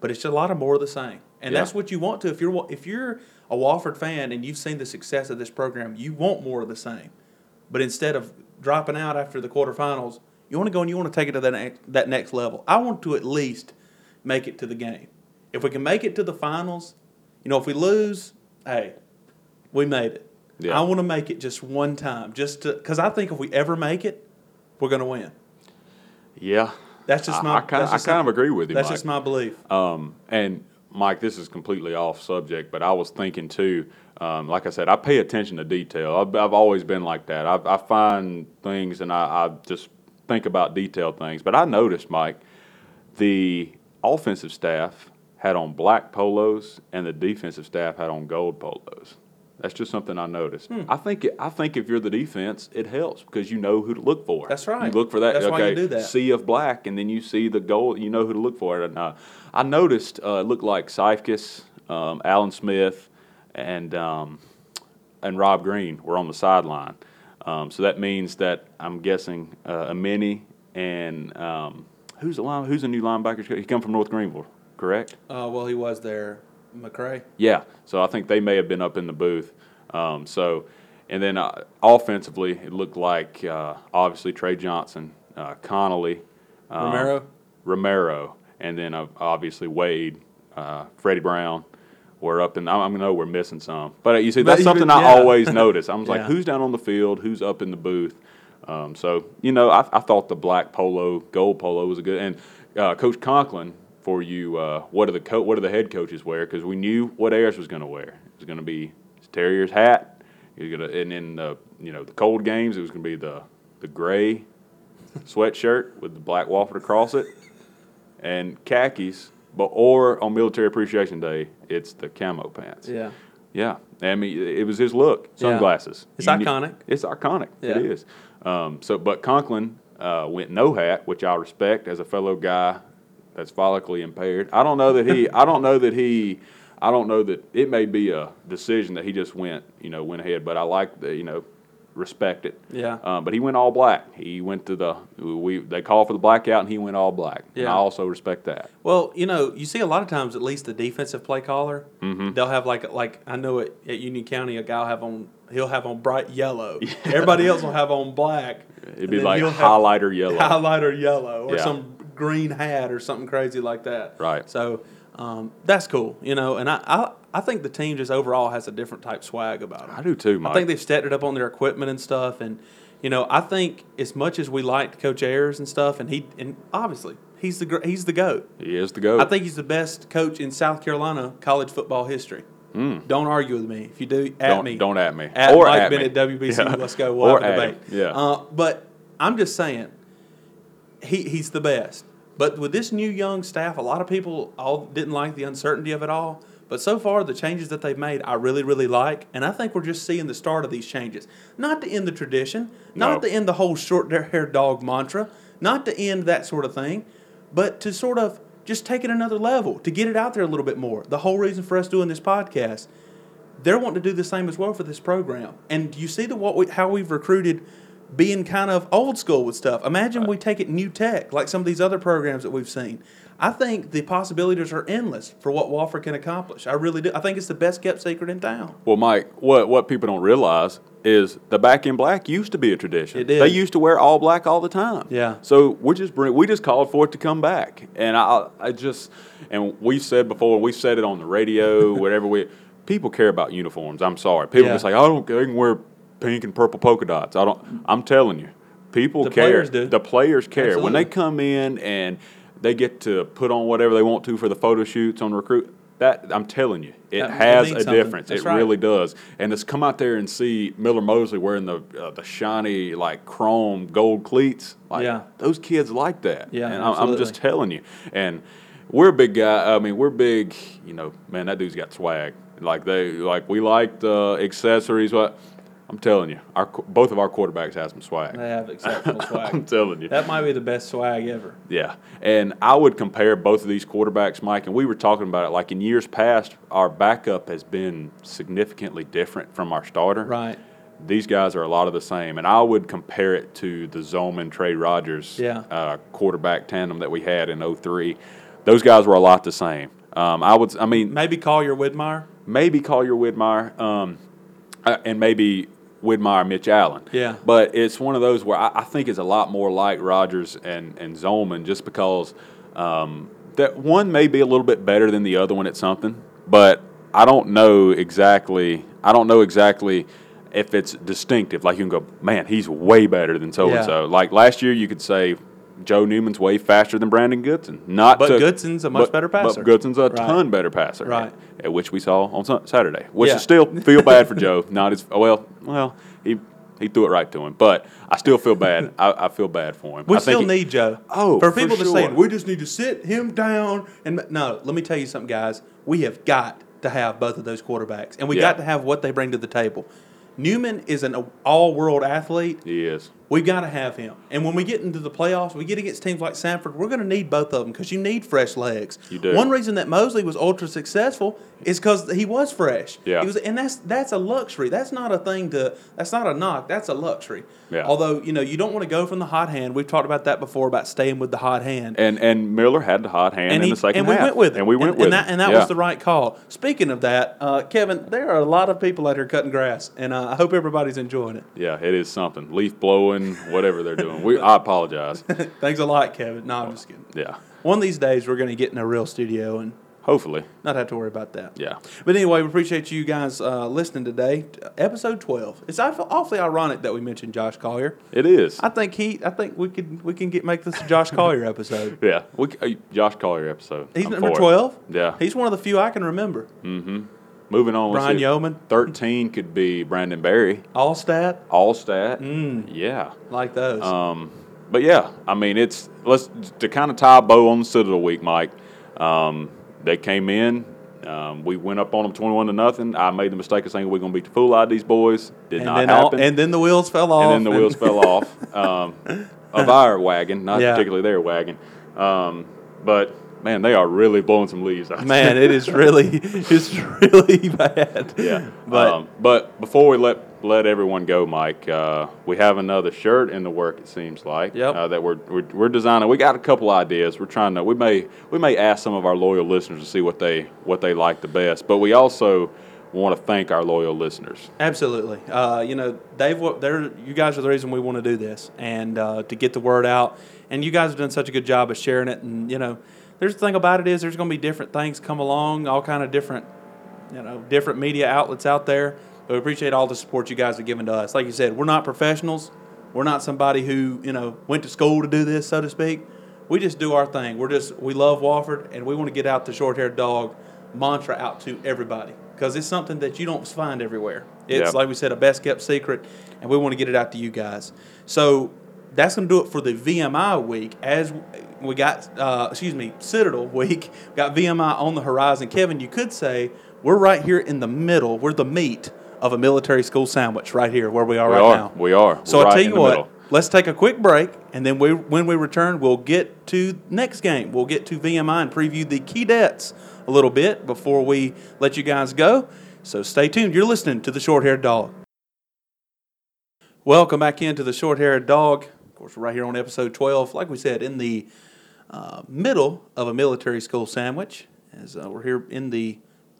C: But it's just a lot of more of the same, and
D: Yeah.
C: that's what you want to. If you're wa- if you're a Wofford fan and you've seen the success of this program, you want more of the same. But instead of dropping out after the quarterfinals, you want to go and you want to take it to that next, that next level. I want to at least make it to the game. If we can make it to the finals, you know, if we lose, hey, we made it.
D: Yeah.
C: I want to make it just one time, just to because I think if we ever make it, we're gonna win.
D: Yeah.
C: That's just
D: I-
C: my.
D: I kind
C: that's
D: of I
C: just
D: kind of
C: my-
D: agree with you.
C: That's
D: Mike.
C: just my belief.
D: Um, and Mike, this is completely off subject, but I was thinking too. Um, like I said, I pay attention to detail. I've, I've always been like that. I, I find things and I, I just think about detailed things. But I noticed, Mike, the offensive staff had on black polos and the defensive staff had on gold polos. That's just something I noticed.
C: Hmm.
D: I think it, I think if you're the defense, it helps because you know who to look for.
C: That's right.
D: You look for that.
C: That's
D: okay,
C: why you do that.
D: sea of black, and then you see the gold. You know who to look for. And uh, I noticed uh, it looked like Seifkis, um, Alan Smith, and um, and Rob Green were on the sideline. Um, so that means that I'm guessing uh, Amini and um, who's the line, who's a new linebacker? He come from North Greenville, correct?
C: Uh, well, he was there, McCray.
D: Yeah. So I think they may have been up in the booth. Um, so, and then uh, offensively, it looked like uh, obviously Trey Johnson, uh, Connolly, um,
C: Romero?
D: Romero, and then uh, obviously Wade, uh, Freddie Brown. were up and I, I know we're missing some, but uh, you see that's
C: But you-
D: something I
C: yeah.
D: always notice. I'm like,
C: Yeah.
D: who's down on the field? Who's up in the booth? Um, so you know, I, I thought the black polo, gold polo was a good. And uh, Coach Conklin, for you, uh, what do the co- what do the head coaches wear? Because we knew what Ayers was going to wear. It was going to be his Terrier's hat. He was going to, and then the you know the cold games, it was going to be the the gray sweatshirt with the black waffle across it, and khakis. But or on Military Appreciation Day, it's the camo pants.
C: Yeah.
D: Yeah, I mean, it was his look. Sunglasses.
C: It's
D: knew-
C: iconic.
D: it's iconic. It
C: Yeah.
D: is. Um, so, but Conklin uh, went no hat, which I respect as a fellow guy that's follically impaired. I don't know that he. I don't know that he. I don't know that it may be a decision that he just went, you know, went ahead. But I like the, you know, respect it.
C: Yeah.
D: Um, but he went all black. He went to the we they called for the blackout, and he went all black. And
C: Yeah.
D: I also respect that.
C: Well, you know, you see a lot of times, at least the defensive play caller,
D: Mm-hmm.
C: they'll have like like I know at, at Union County, a guy will have on he'll have on bright yellow. Everybody else will have on black.
D: It'd
C: and
D: be
C: then
D: like
C: he'll have
D: highlighter yellow.
C: highlighter yellow or
D: Yeah.
C: some green hat or something crazy like that.
D: Right.
C: So um, that's cool, you know. And I, I I think the team just overall has a different type swag about it.
D: I do too, Mike.
C: I think they've stepped it up on their equipment and stuff. And you know, I think as much as we liked Coach Ayers and stuff, and he and obviously he's the gr- he's the goat.
D: he is the goat.
C: I think he's the best coach in South Carolina college football history. Don't argue with me. If you do, at
D: Hmm. Don't-
C: me.
D: don't at me.
C: At
D: Or
C: Mike
D: at me.
C: Bennett, WBC.
D: Yeah.
C: Let's go. We'll
D: Or
C: have a
D: at
C: debate.
D: him. Yeah.
C: Uh, but I'm just saying, he, he's the best. But with this new young staff, a lot of people all didn't like the uncertainty of it all. But so far, the changes that they've made, I really, really like, and I think we're just seeing the start of these changes. Not to end the tradition, not
D: No.
C: to end the whole short hair dog mantra, not to end that sort of thing, but to sort of just take it another level, to get it out there a little bit more. The whole reason for us doing this podcast they're wanting to do the same as well for this program. And you see the what we, how we've recruited being kind of old school with stuff. Imagine we take it new tech, like some of these other programs that we've seen. I think the possibilities are endless for what Wofford can accomplish. I really do. I think it's the best kept secret in town.
D: Well, Mike, what what people don't realize is the back in black used to be a tradition.
C: It did.
D: They used to wear all black all the time.
C: Yeah.
D: So we just bring we just called for it to come back, and I I just and we said before we said it on the radio whatever we people care about uniforms. I'm sorry, people
C: Yeah.
D: just like I don't they can wear pink and purple polka dots. I don't. I'm telling you, people
C: The
D: care.
C: players do.
D: The players care when
C: Absolutely.
D: they come in and they get to put on whatever they want to for the photo shoots on recruit. That I'm telling you, it
C: That- it
D: has
C: means
D: a
C: something.
D: difference.
C: That's
D: it
C: right.
D: really does. And it's come out there and see Miller Mosley wearing the uh, the shiny like chrome gold cleats. Like
C: Yeah.
D: those kids like that.
C: Yeah,
D: and I'm, I'm just
C: absolutely.
D: telling you. And we're a big guy. I mean, we're big. You know, man, that dude's got swag. Like they like we like the accessories. What I'm telling you, our qu- both of our quarterbacks have some swag.
C: They have exceptional swag.
D: I'm telling you.
C: That might be the best swag ever.
D: Yeah, and I would compare both of these quarterbacks, Mike, and we were talking about it. Like in years past, our backup has been significantly different from our starter.
C: Right.
D: These guys are a lot of the same, and I would compare it to the Zoman Trey Rogers
C: Yeah.
D: uh, quarterback tandem that we had in 03. Those guys were a lot the same. Um, I would, I mean,
C: Maybe call your Widmeyer.
D: maybe Collier Widmeyer, um, uh, and maybe Widmeyer Mitch Allen.
C: Yeah.
D: But it's one of those where I, I think it's a lot more like Rogers and and Zolman just because um, that one may be a little bit better than the other one at something, but I don't know exactly. I don't know exactly. If it's distinctive, like you can go, man, he's way better than so and so.
C: Yeah.
D: Like last year, you could say Joe Newman's way faster than Brandon Goodson. Not,
C: But
D: to-
C: Goodson's a much
D: but-
C: better passer.
D: But Goodson's a
C: Right.
D: ton better passer,
C: Right.
D: at which we saw on Sun- Saturday, which
C: Yeah.
D: is still feel bad for Joe. Not as well. Well, he he threw it right to him, but I still feel bad. I, I feel bad for him.
C: We
D: I think
C: still
D: he-
C: need Joe.
D: Oh,
C: for
D: for
C: people to say
D: sure.
C: we just need to sit him down and no. Let me tell you something, guys. We have got to have both of those quarterbacks, and we
D: Yeah.
C: got to have what they bring to the table. Newman is an all-world athlete.
D: He is.
C: We've got to have him. And when we get into the playoffs, we get against teams like Sanford, we're going to need both of them because you need fresh legs.
D: You do.
C: One reason that Mosley was ultra successful is because he was fresh.
D: Yeah.
C: He was, and that's that's a luxury. That's not a thing to. That's not a knock. That's a luxury.
D: Yeah.
C: Although you know you don't want to go from the hot hand. We've talked about that before about staying with the hot hand.
D: And and Miller had the hot hand in
C: he-
D: the second
C: and we
D: half,
C: went with it.
D: and we went
C: and,
D: with
C: and that,
D: it.
C: and that
D: Yeah.
C: was the right call. Speaking of that, uh, Kevin, there are a lot of people out here cutting grass, and uh, I hope everybody's enjoying it.
D: Yeah, it is something. Leaf blowing, whatever they're doing. We I apologize.
C: Thanks a lot, Kevin. No, I'm just kidding.
D: Yeah,
C: One of these days, we're going to get in a real studio and
D: hopefully.
C: not have to worry about that.
D: Yeah.
C: But anyway, we appreciate you guys uh, listening today. Episode twelve. It's awful- awfully ironic that we mentioned Josh Collier.
D: It is.
C: I think he. I think we could. We can get make this a Josh Collier episode.
D: yeah, we, c- uh, Josh Collier episode.
C: He's
D: I'm
C: number
D: for it.
C: twelve.
D: Yeah,
C: He's one of the few I can remember.
D: moving on. let's
C: Brian
D: see.
C: Yeoman.
D: Thirteen could be Brandon Barry.
C: Allstat,
D: Allstat.
C: Mm.
D: Yeah.
C: like those.
D: Um, but yeah, I mean, it's let's to kind of tie a bow on the Citadel week, Mike. Um, they came in. Um, we went up on them twenty-one to nothing. I made the mistake of saying we're going to beat the fool out of these boys. Did
C: and
D: not
C: then all,
D: happen.
C: and then the wheels fell off.
D: And then the wheels fell off um, of our wagon, not
C: Yeah.
D: particularly their wagon. Um, but man, they are really blowing some leaves. out there.
C: Man, it is really, it's really bad.
D: Yeah,
C: But
D: um, but before we let let everyone go, Mike, uh, we have another shirt in the work. It seems like
C: Yep.
D: uh, that we're, we're we're designing. We got a couple ideas. We're trying to. We may we may ask some of our loyal listeners to see what they what they like the best. But we also want to thank our loyal listeners.
C: Absolutely. Uh, you know, they've wo- they're you guys are the reason we want to do this and uh, to get the word out. And you guys have done such a good job of sharing it. And you know, there's the thing about it is there's going to be different things come along, all kind of different, you know, different media outlets out there. But we appreciate all the support you guys have given to us. Like you said, we're not professionals. We're not somebody who you know went to school to do this, so to speak. We just do our thing. We're just we love Wofford and we want to get out the short-haired dog mantra out to everybody because it's something that you don't find everywhere. It's
D: Yep.
C: like we said, a best kept secret, and we want to get it out to you guys. So that's going to do it for the VMI week. As we got, uh, excuse me, Citadel week, got VMI on the horizon. Kevin, you could say we're right here in the middle. We're the meat of a military school sandwich right here where we are
D: We
C: right
D: are.
C: now.
D: We are.
C: So
D: We're
C: I
D: right
C: tell
D: in
C: you
D: the
C: what,
D: middle.
C: let's take a quick break, and then we, when we return, we'll get to next game. We'll get to VMI and preview the key debts a little bit before we let you guys go. So stay tuned. You're listening to the Short Haired Dog. Welcome back into the Short Haired Dog. Of course, we're right here on episode 12. Like we said, in the uh, middle of a military school sandwich, as uh, we're here in the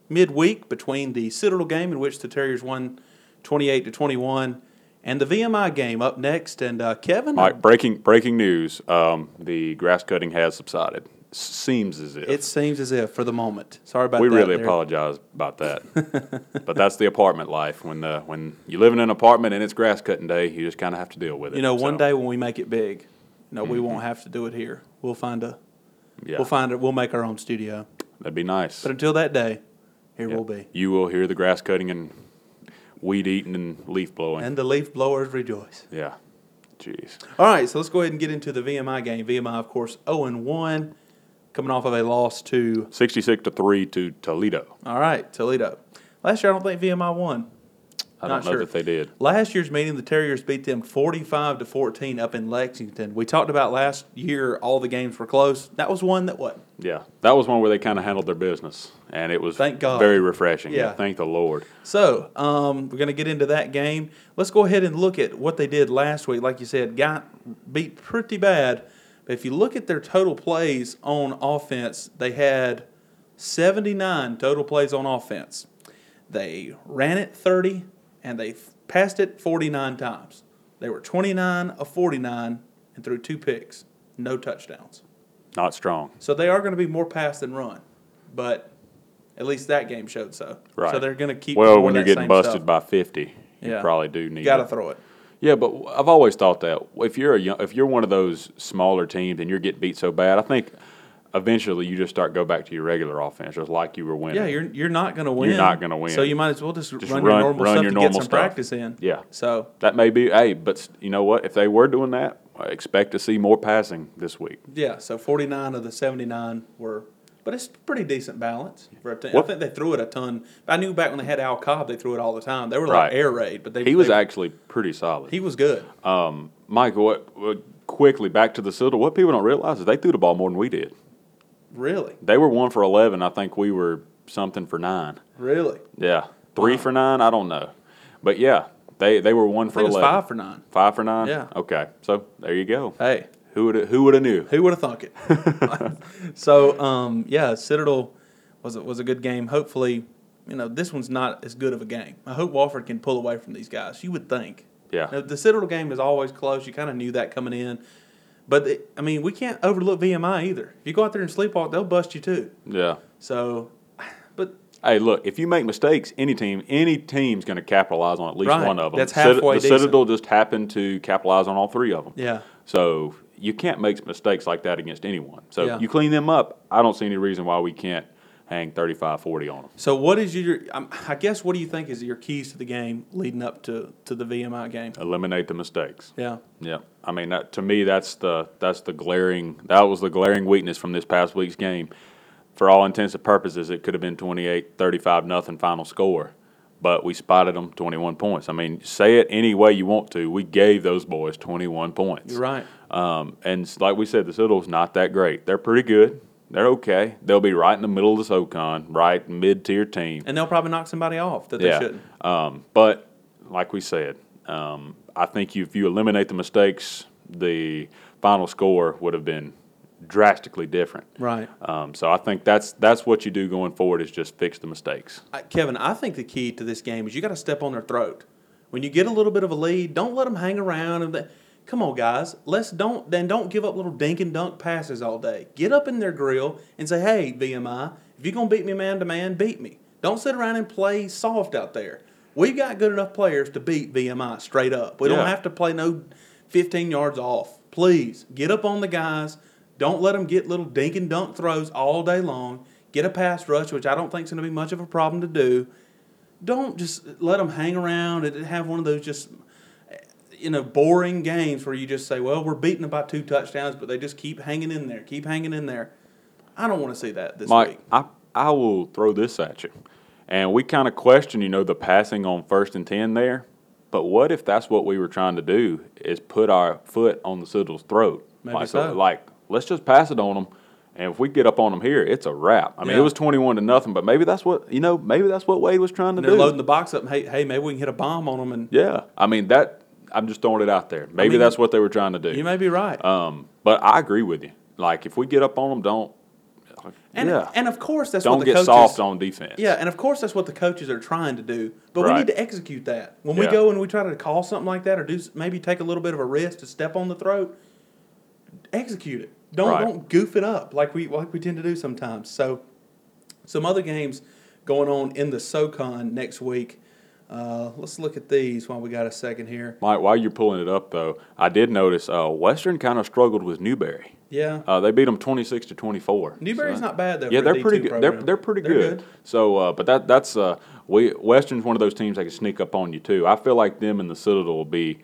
C: midweek between the Citadel game, in which the Terriers won 28 to 21, and the VMI game up next. And uh, Kevin,
D: Mike, breaking breaking news: um, the grass cutting has subsided. S- Seems as if
C: it seems as if for the moment. Sorry about
D: we
C: that.
D: really
C: there.
D: apologize about that, but that's the apartment life. When the when you live in an apartment and it's grass cutting day, you just kind of have to deal with it.
C: You know, one
D: So, Mm-hmm.
C: day when we make it big, you know, we won't have to do it here. We'll find a,
D: yeah,
C: we'll find it. We'll make our own studio.
D: that'd be nice.
C: But until that day, here we'll be.
D: You will hear the grass cutting and weed eating and leaf blowing.
C: And the leaf blowers rejoice.
D: yeah, jeez.
C: All right, so let's go ahead and get into the VMI game. VMI, of course, 0 and 1, coming off of a loss to,
D: 66 to 3 to Toledo.
C: all right, Toledo. Last year, I don't think VMI won.
D: I
C: Not
D: don't know
C: sure.
D: that they did.
C: Last year's meeting, the Terriers beat them 45 to 14 up in Lexington. We talked about last year, all the games were close. That was one that what?
D: Yeah, that was one where they kind of handled their business, and it was
C: Thank God.
D: very refreshing.
C: Yeah.
D: thank the Lord.
C: So, um, we're going to get into that game. Let's go ahead and look at what they did last week. Like you said, got beat pretty bad. But if you look at their total plays on offense, they had 79 total plays on offense. They ran it 30 and they passed it 49 times. They were 29 of 49 and threw two picks, no touchdowns.
D: Not strong.
C: So they are going to be more pass than run, but at least that game showed so.
D: Right.
C: So they're going to keep.
D: Well,
C: more
D: when
C: of
D: you're
C: that
D: getting
C: same
D: busted
C: stuff.
D: by 50,
C: Yeah.
D: you probably do need.
C: You got to
D: it.
C: throw it.
D: Yeah, but I've always thought that if you're a young, if you're one of those smaller teams and you're getting beat so bad, I think eventually you just start go back to your regular offense, just like you were winning.
C: Yeah, you're you're not going to win.
D: not gonna win.
C: So you might as well just, run, your
D: run-
C: normal
D: run
C: stuff
D: your
C: to
D: normal
C: get some
D: stuff.
C: practice in.
D: Yeah.
C: So
D: that may be. Hey, but s- you know what? If they were doing that, I expect to see more passing this week.
C: yeah, so 49 of the 79 were, but it's pretty decent balance. For a team. I
D: What-
C: think they threw it a ton. I knew back when they had Al Cobb, they threw it all the time. They were like
D: Right.
C: air raid, but they
D: He was Uh,
C: they-
D: actually pretty solid.
C: he was good.
D: Michael, what, what, quickly back to the Citadel. What people don't realize is they threw the ball more than we did.
C: really,
D: They were one for eleven. I think we were something for nine.
C: really.
D: Yeah, three for nine. I don't know, but yeah, they they were one
C: I
D: for
C: think it was
D: eleven.
C: five for nine.
D: Five for nine.
C: Yeah.
D: Okay, so there you go.
C: Hey,
D: Who would who would have knew?
C: Who would have thunk it? so um, yeah, Citadel was a, was a good game. Hopefully, you know this one's not as good of a game. I hope Walford can pull away from these guys. You would think.
D: Yeah.
C: Now, the Citadel game is always close. You kind of knew that coming in, but it, I mean we can't overlook VMI either. If you go out there and sleepwalk, they'll bust you too.
D: Yeah.
C: So, but
D: Hey, look, if you make mistakes, any team any team's going to capitalize on at least
C: Right.
D: one of them.
C: That's
D: Cita-
C: halfway
D: the
C: decent.
D: Citadel just happened to capitalize on all three of them.
C: yeah,
D: So you can't make mistakes like that against anyone. So
C: Yeah.
D: you clean them up. I don't see any reason why we can't hang 35 40 on them.
C: So what is your? um, I guess what do you think is your keys to the game leading up to to the VMI game?
D: Eliminate the mistakes.
C: Yeah.
D: Yeah. I mean, that, to me, that's the that's the glaring that was the glaring weakness from this past week's game. For all intents and purposes, it could have been 28 35 nothing final score, but we spotted them 21 points. I mean, say it any way you want to. We gave those boys 21 points.
C: You're right.
D: Um, and s- like we said, the Citadel's not that great. They're pretty good. They're okay. They'll be right in the middle of the SOCON, right mid tier team.
C: And they'll probably knock somebody off that they shouldn't.
D: Um, but like we said, um, I think you, if you eliminate the mistakes, the final score would have been drastically different.
C: Right.
D: Um, so I think that's that's what you do going forward is just fix the mistakes.
C: I- Kevin, I think the key to this game is you got to step on their throat. When you get a little bit of a lead, don't let them hang around. And th- come on, guys, let's don't then don't give up little dink and dunk passes all day. Get up in their grill and say, "Hey, VMI, if you're gonna beat me man to man, beat me. Don't sit around and play soft out there. We've got good enough players to beat VMI straight up. We don't
D: Yeah.
C: have to play no 15 yards off. Please get up on the guys. Don't let them get little dink and dunk throws all day long. Get a pass rush, which I don't think is going to be much of a problem to do. Don't just let them hang around and have one of those just you know boring games where you just say, "Well, we're beating them by two touchdowns," but they just keep hanging in there, keep hanging in there. I don't want to see that this
D: Mike,
C: week.
D: I I will throw this at you, and we kind of question, you know, the passing on first and ten there. But what if that's what we were trying to do is put our foot on the Citadel's throat?
C: Maybe
D: like,
C: so.
D: like let's just pass it on them, and if we get up on them here, it's a wrap. I mean,
C: Yeah.
D: it was twenty-one to nothing, but maybe that's what you know. Maybe that's what Wade was trying to
C: And they're
D: do.
C: loading the box up. And, hey, hey, maybe we can hit a bomb on them and
D: yeah, I mean that. I'm just throwing it out there. Maybe
C: mean,
D: that's what they were trying to do.
C: You may be right.
D: um, but I agree with you. Like if we get up on them, don't.
C: and,
D: yeah.
C: and of course, that's
D: don't
C: what the
D: get
C: coaches,
D: soft on defense.
C: Yeah, and of course that's what the coaches are trying to do, but we
D: Right.
C: need to execute that. When we
D: Yeah.
C: go and we try to call something like that, or do s- maybe take a little bit of a risk to step on the throat, execute it. Don't
D: Right.
C: don't goof it up like we like we tend to do sometimes. So, some other games going on in the SoCon next week. Uh, let's look at these while we got a second here.
D: Mike, while you're pulling it up though, I did notice uh, Western kind of struggled with Newberry.
C: Yeah,
D: Uh, they beat them 26 to 24.
C: Newberry's not bad though.
D: Yeah,
C: for a
D: they're pretty
C: D2
D: good. They're,
C: program.
D: they're pretty good. So, uh, but that that's uh, we Western's one of those teams that can sneak up on you too. I feel like them and the Citadel will be,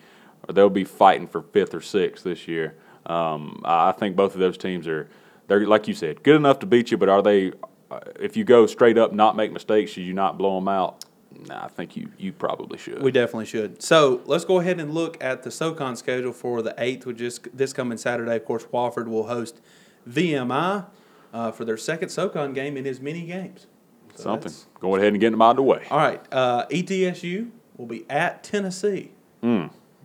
D: or they'll be fighting for fifth or sixth this year. Um, I I think both of those teams are, they're like you said, good enough to beat you. But are they? uh, If you go straight up, not make mistakes, should you not blow them out? Nah, I think you you probably should.
C: We definitely should. So let's go ahead and look at the SoCon schedule for the 8th, which is this coming Saturday. Of course, Wofford will host VMI uh, for their second SoCon game in as many games. So
D: Something.
C: that's-
D: Go ahead and get them out of the way.
C: All right. Uh, ETSU will be at Tennessee.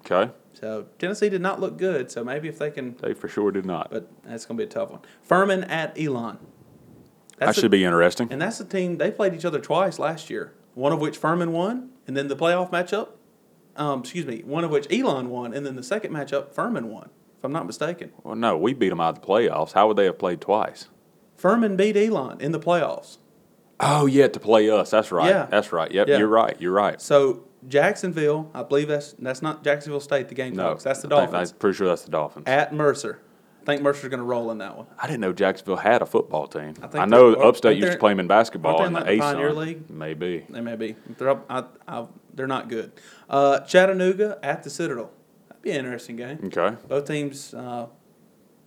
D: Okay,
C: So Tennessee did not look good. So maybe if they can,
D: they for sure did not.
C: but that's going to be a tough one. Furman at Elon.
D: that
C: That's a-
D: should be interesting.
C: And that's the team they played each other twice last year. One of which Furman won, and then the playoff matchup. Um, excuse me, one of which Elon won, and then the second matchup Furman won. If I'm not mistaken,
D: Well, no, we beat them out of the playoffs. How would they have played twice?
C: Furman beat Elon in the playoffs.
D: Oh yeah, to play us. That's right.
C: Yeah.
D: That's right. Yep,
C: Yeah.
D: you're right. You're right.
C: So Jacksonville, I believe that's that's not Jacksonville State, the Gamecocks. that's the
D: I think-
C: Dolphins
D: I'm pretty sure that's the Dolphins.
C: at Mercer. I think Mercer's going to roll in that one.
D: I didn't know Jacksonville had a football team. I,
C: think
D: know
C: they're- aren't
D: Upstate used
C: they-
D: to play them in basketball
C: aren't
D: in
C: they
D: the
C: in, like,
D: A
C: the Pioneer
D: Sun.
C: League?
D: Maybe.
C: They may be. They're up, I, I, they're not good. Uh, Chattanooga at the Citadel. That'd be an interesting game.
D: Okay.
C: Both teams uh,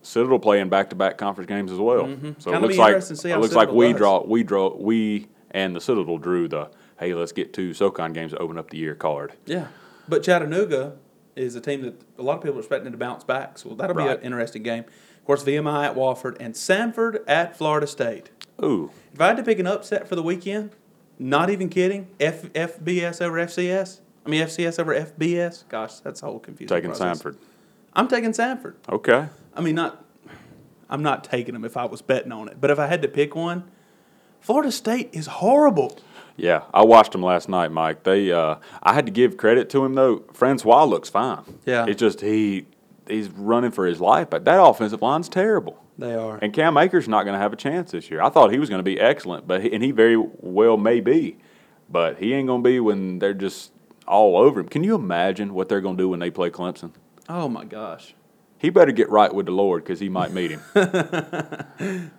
D: Citadel playing back-to-back conference games as well. So
C: Kinda
D: it looks
C: be
D: like
C: interesting to see how
D: it looks
C: Citadel
D: like we
C: does.
D: draw we draw we and the Citadel drew the hey let's get two SoCon games to open up the year card.
C: Yeah, but Chattanooga is a team that a lot of people are expecting to bounce back. So that'll be
D: Right.
C: an interesting game. Of course, VMI at Wofford and Sanford at Florida State.
D: Ooh,
C: If I had to pick an upset for the weekend, not even kidding, F, FBS over FCS. I mean FCS over FBS. Gosh, that's a whole confusing.
D: taking
C: process.
D: Sanford.
C: I'm taking Sanford.
D: Okay.
C: I mean, not. I'm not taking them if I was betting on it. But if I had to pick one, Florida State is horrible.
D: Yeah, I watched them last night, Mike. They, uh, I had to give credit to him though. Francois looks fine.
C: Yeah.
D: it's just he he's running for his life, but that offensive line's terrible.
C: They are.
D: And Cam Akers not going to have a chance this year. I thought he was going to be excellent, but he, and he very well may be, but he ain't going to be when they're just all over him. Can you imagine what they're going to do when they play Clemson?
C: Oh my gosh.
D: He better get right with the Lord because he might meet him.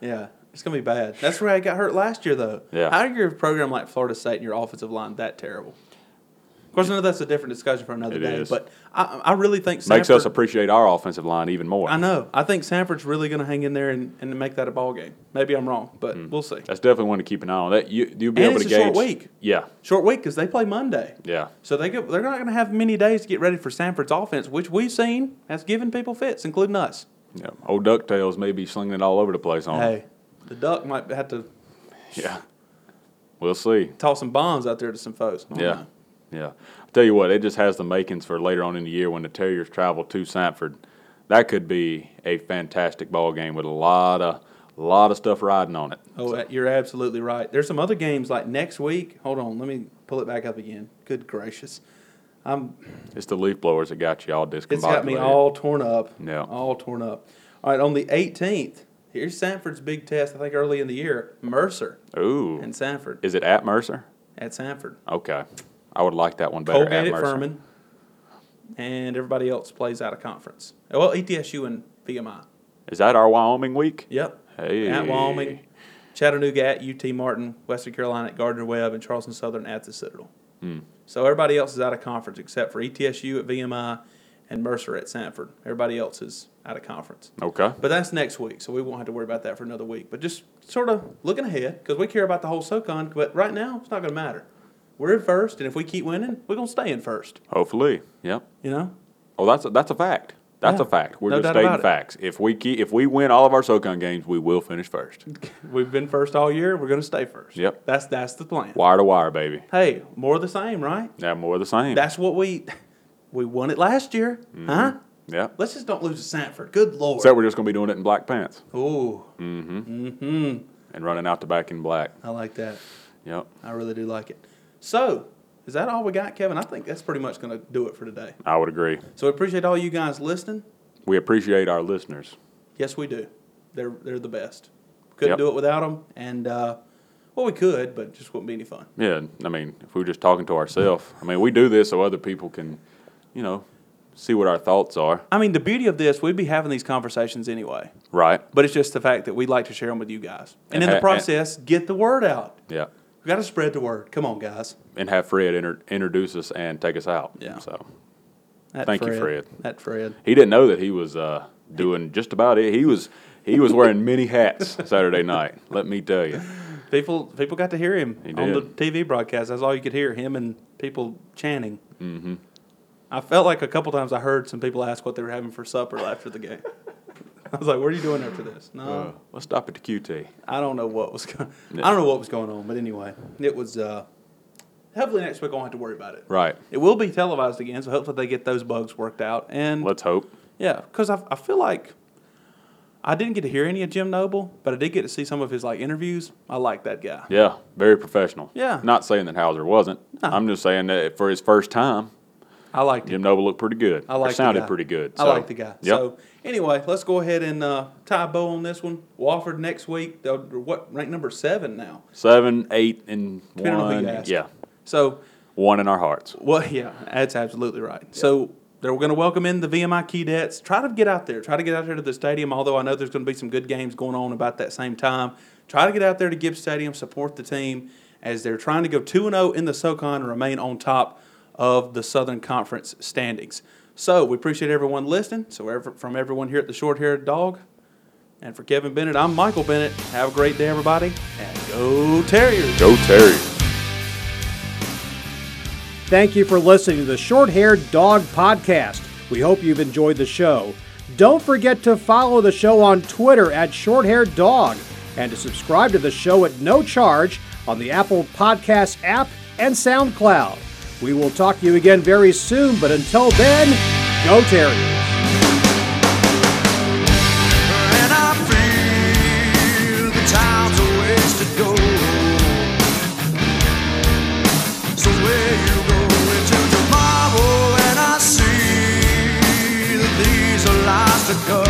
C: Yeah, it's gonna be bad. That's where I got hurt last year, though.
D: Yeah.
C: How do your program like Florida State and your offensive line that terrible? Of course, I know that's a different discussion for another
D: It
C: day,
D: is.
C: but I, I really think Sanford,
D: Makes us appreciate our offensive line even more.
C: I know. I think Sanford's really gonna hang in there and, and make that a ball game. Maybe I'm wrong, but we'll see.
D: Mm. That's definitely one to keep an eye on. That you you'll be
C: And
D: able
C: it's
D: to
C: a
D: gauge.
C: short week.
D: Yeah,
C: Short week because they play Monday.
D: yeah.
C: So they go, they're not going to have many days to get ready for Sanford's offense, which we've seen has given people fits, including us.
D: Yeah, old Ducktales may be slinging it all over the place on. 'em.
C: Hey, the Duck might have to
D: Yeah, we'll see.
C: toss some bombs out there to some folks. I don't
D: Yeah,
C: know.
D: yeah. I tell you what, it just has the makings for later on in the year when the Terriers travel to Sanford. That could be a fantastic ball game with a lot of lot of stuff riding on it.
C: Oh, uh, you're absolutely right. There's some other games like next week. Hold on, let me pull it back up again. Good gracious,
D: It's the leaf blowers that got you all discombobulated.
C: it's got me all torn up.
D: Yeah.
C: all torn up. All right, on the 18th, here's Sanford's big test. I think early in the year, Mercer
D: Ooh,
C: and Sanford
D: is it at Mercer?
C: at Sanford,
D: Okay, I would like that one better
C: Colgate
D: at
C: at
D: Mercer.
C: Furman, and everybody else plays out of conference. Well, E ETSU and VMI.
D: Is that our Wyoming week?
C: Yep.
D: Hey.
C: At Wyoming, Chattanooga at UT Martin, Western Carolina at Gardner Webb, and Charleston Southern at the Citadel.
D: Hmm.
C: So everybody else is out of conference except for E ETSU at VMI and Mercer at Sanford. Everybody else is out of conference.
D: Okay.
C: But that's next week, so we won't have to worry about that for another week. But just sort of looking ahead because we care about the whole SoCon, but right now it's not going to matter. We're in first, and if we keep winning, we're going to stay in first.
D: Hopefully. Yep.
C: You know?
D: Oh, that's a, that's a fact. That's
C: Yeah.
D: a fact. We're
C: No
D: just
C: doubt
D: stating
C: about it.
D: facts. If we keep, if we win all of our SoCon games, we will finish first.
C: We've been first all year. We're going to stay first.
D: Yep.
C: That's, that's the plan.
D: Wire to wire, baby.
C: Hey, more of the same, right?
D: Now more of the same.
C: That's what we. We won it last year,
D: Mm-hmm.
C: huh?
D: Yeah.
C: Let's just don't lose to Sanford. Good lord.
D: Except we're just going to be doing it in black pants
C: Ooh,
D: and running out the back in black.
C: I like that.
D: Yep.
C: I really do like it. So, is that all we got, Kevin? I think that's pretty much going to do it for today.
D: I would agree.
C: So, we appreciate all you guys listening.
D: We appreciate our listeners.
C: Yes, we do. They're they're the best. Couldn't
D: Yep.
C: do it without them, and uh, well, we could, but it just wouldn't be any fun.
D: Yeah, I mean, if we were just talking to ourselves, I mean, we do this so other people can, you know, see what our thoughts are,
C: I mean, the beauty of this, we'd be having these conversations anyway,
D: right?
C: but it's just the fact that we'd like to share them with you guys, and in
D: And ha-
C: the
D: and-
C: process, get the word out.
D: Yeah,
C: We got to spread the word. Come on, guys.
D: and have Fred inter- introduce us and take us out.
C: Yeah.
D: So
C: That
D: Thank you, Fred.
C: That Fred.
D: he didn't know that he was uh, doing just about it. He was he was wearing many hats Saturday night. Let me tell you.
C: People people got to hear him
D: He
C: on the
D: did.
C: TV broadcast. That's all you could hear him and people chanting. Mm-hmm. I felt like a couple times I heard some people ask what they were having for supper after the game. I was like, "What are you doing after this?" No,
D: Uh, let's stop at the QT.
C: I don't know what was going. I don't know what was going on, but anyway, it was. Uh, hopefully next week I won't have to worry about it.
D: Right.
C: It will be televised again, so hopefully they get those bugs worked out. And
D: Let's hope.
C: yeah, because I, I feel like I didn't get to hear any of Jim Noble, but I did get to see some of his like interviews. I like that guy.
D: Yeah, very professional.
C: Yeah.
D: Not saying that Hauser wasn't.
C: No.
D: I'm just saying that for his first time,
C: I liked him.
D: Jim Noble looked pretty good.
C: I
D: Or
C: like.
D: sounded
C: the guy.
D: pretty good.
C: I
D: so-
C: like the guy.
D: Yep.
C: So anyway, let's go ahead and uh, tie a bow on this one. Wofford next week. They'll- What rank number seven now?
D: Seven, eight, and
C: Depending on who
D: one.
C: you ask.
D: Yeah,
C: So
D: one in our hearts.
C: Well, yeah, that's absolutely right. So they're going to welcome in the VMI Keydets. Try to get out there. Try to get out there to the stadium. Although I know there's going to be some good games going on about that same time. Try to get out there to Gibbs Stadium. Support the team as they're trying to go two and zero in the SoCon and remain on top of the Southern Conference standings. So we appreciate everyone listening. So ever- from everyone here at the Short Haired Dog, and for Kevin Bennett, I'm Michael Bennett. Have a great day, everybody, and go Terriers!
D: Go Terry.
B: Thank you for listening to the Short Haired Dog Podcast. We hope you've enjoyed the show. Don't forget to follow the show on Twitter at Short Haired Dog and to subscribe to the show at no charge on the Apple Podcast app and SoundCloud. We will talk to you again very soon, but until then, go Terriers.
E: And I feel the time's a ways to go. So where you go into tomorrow, and I see that these are lies to go.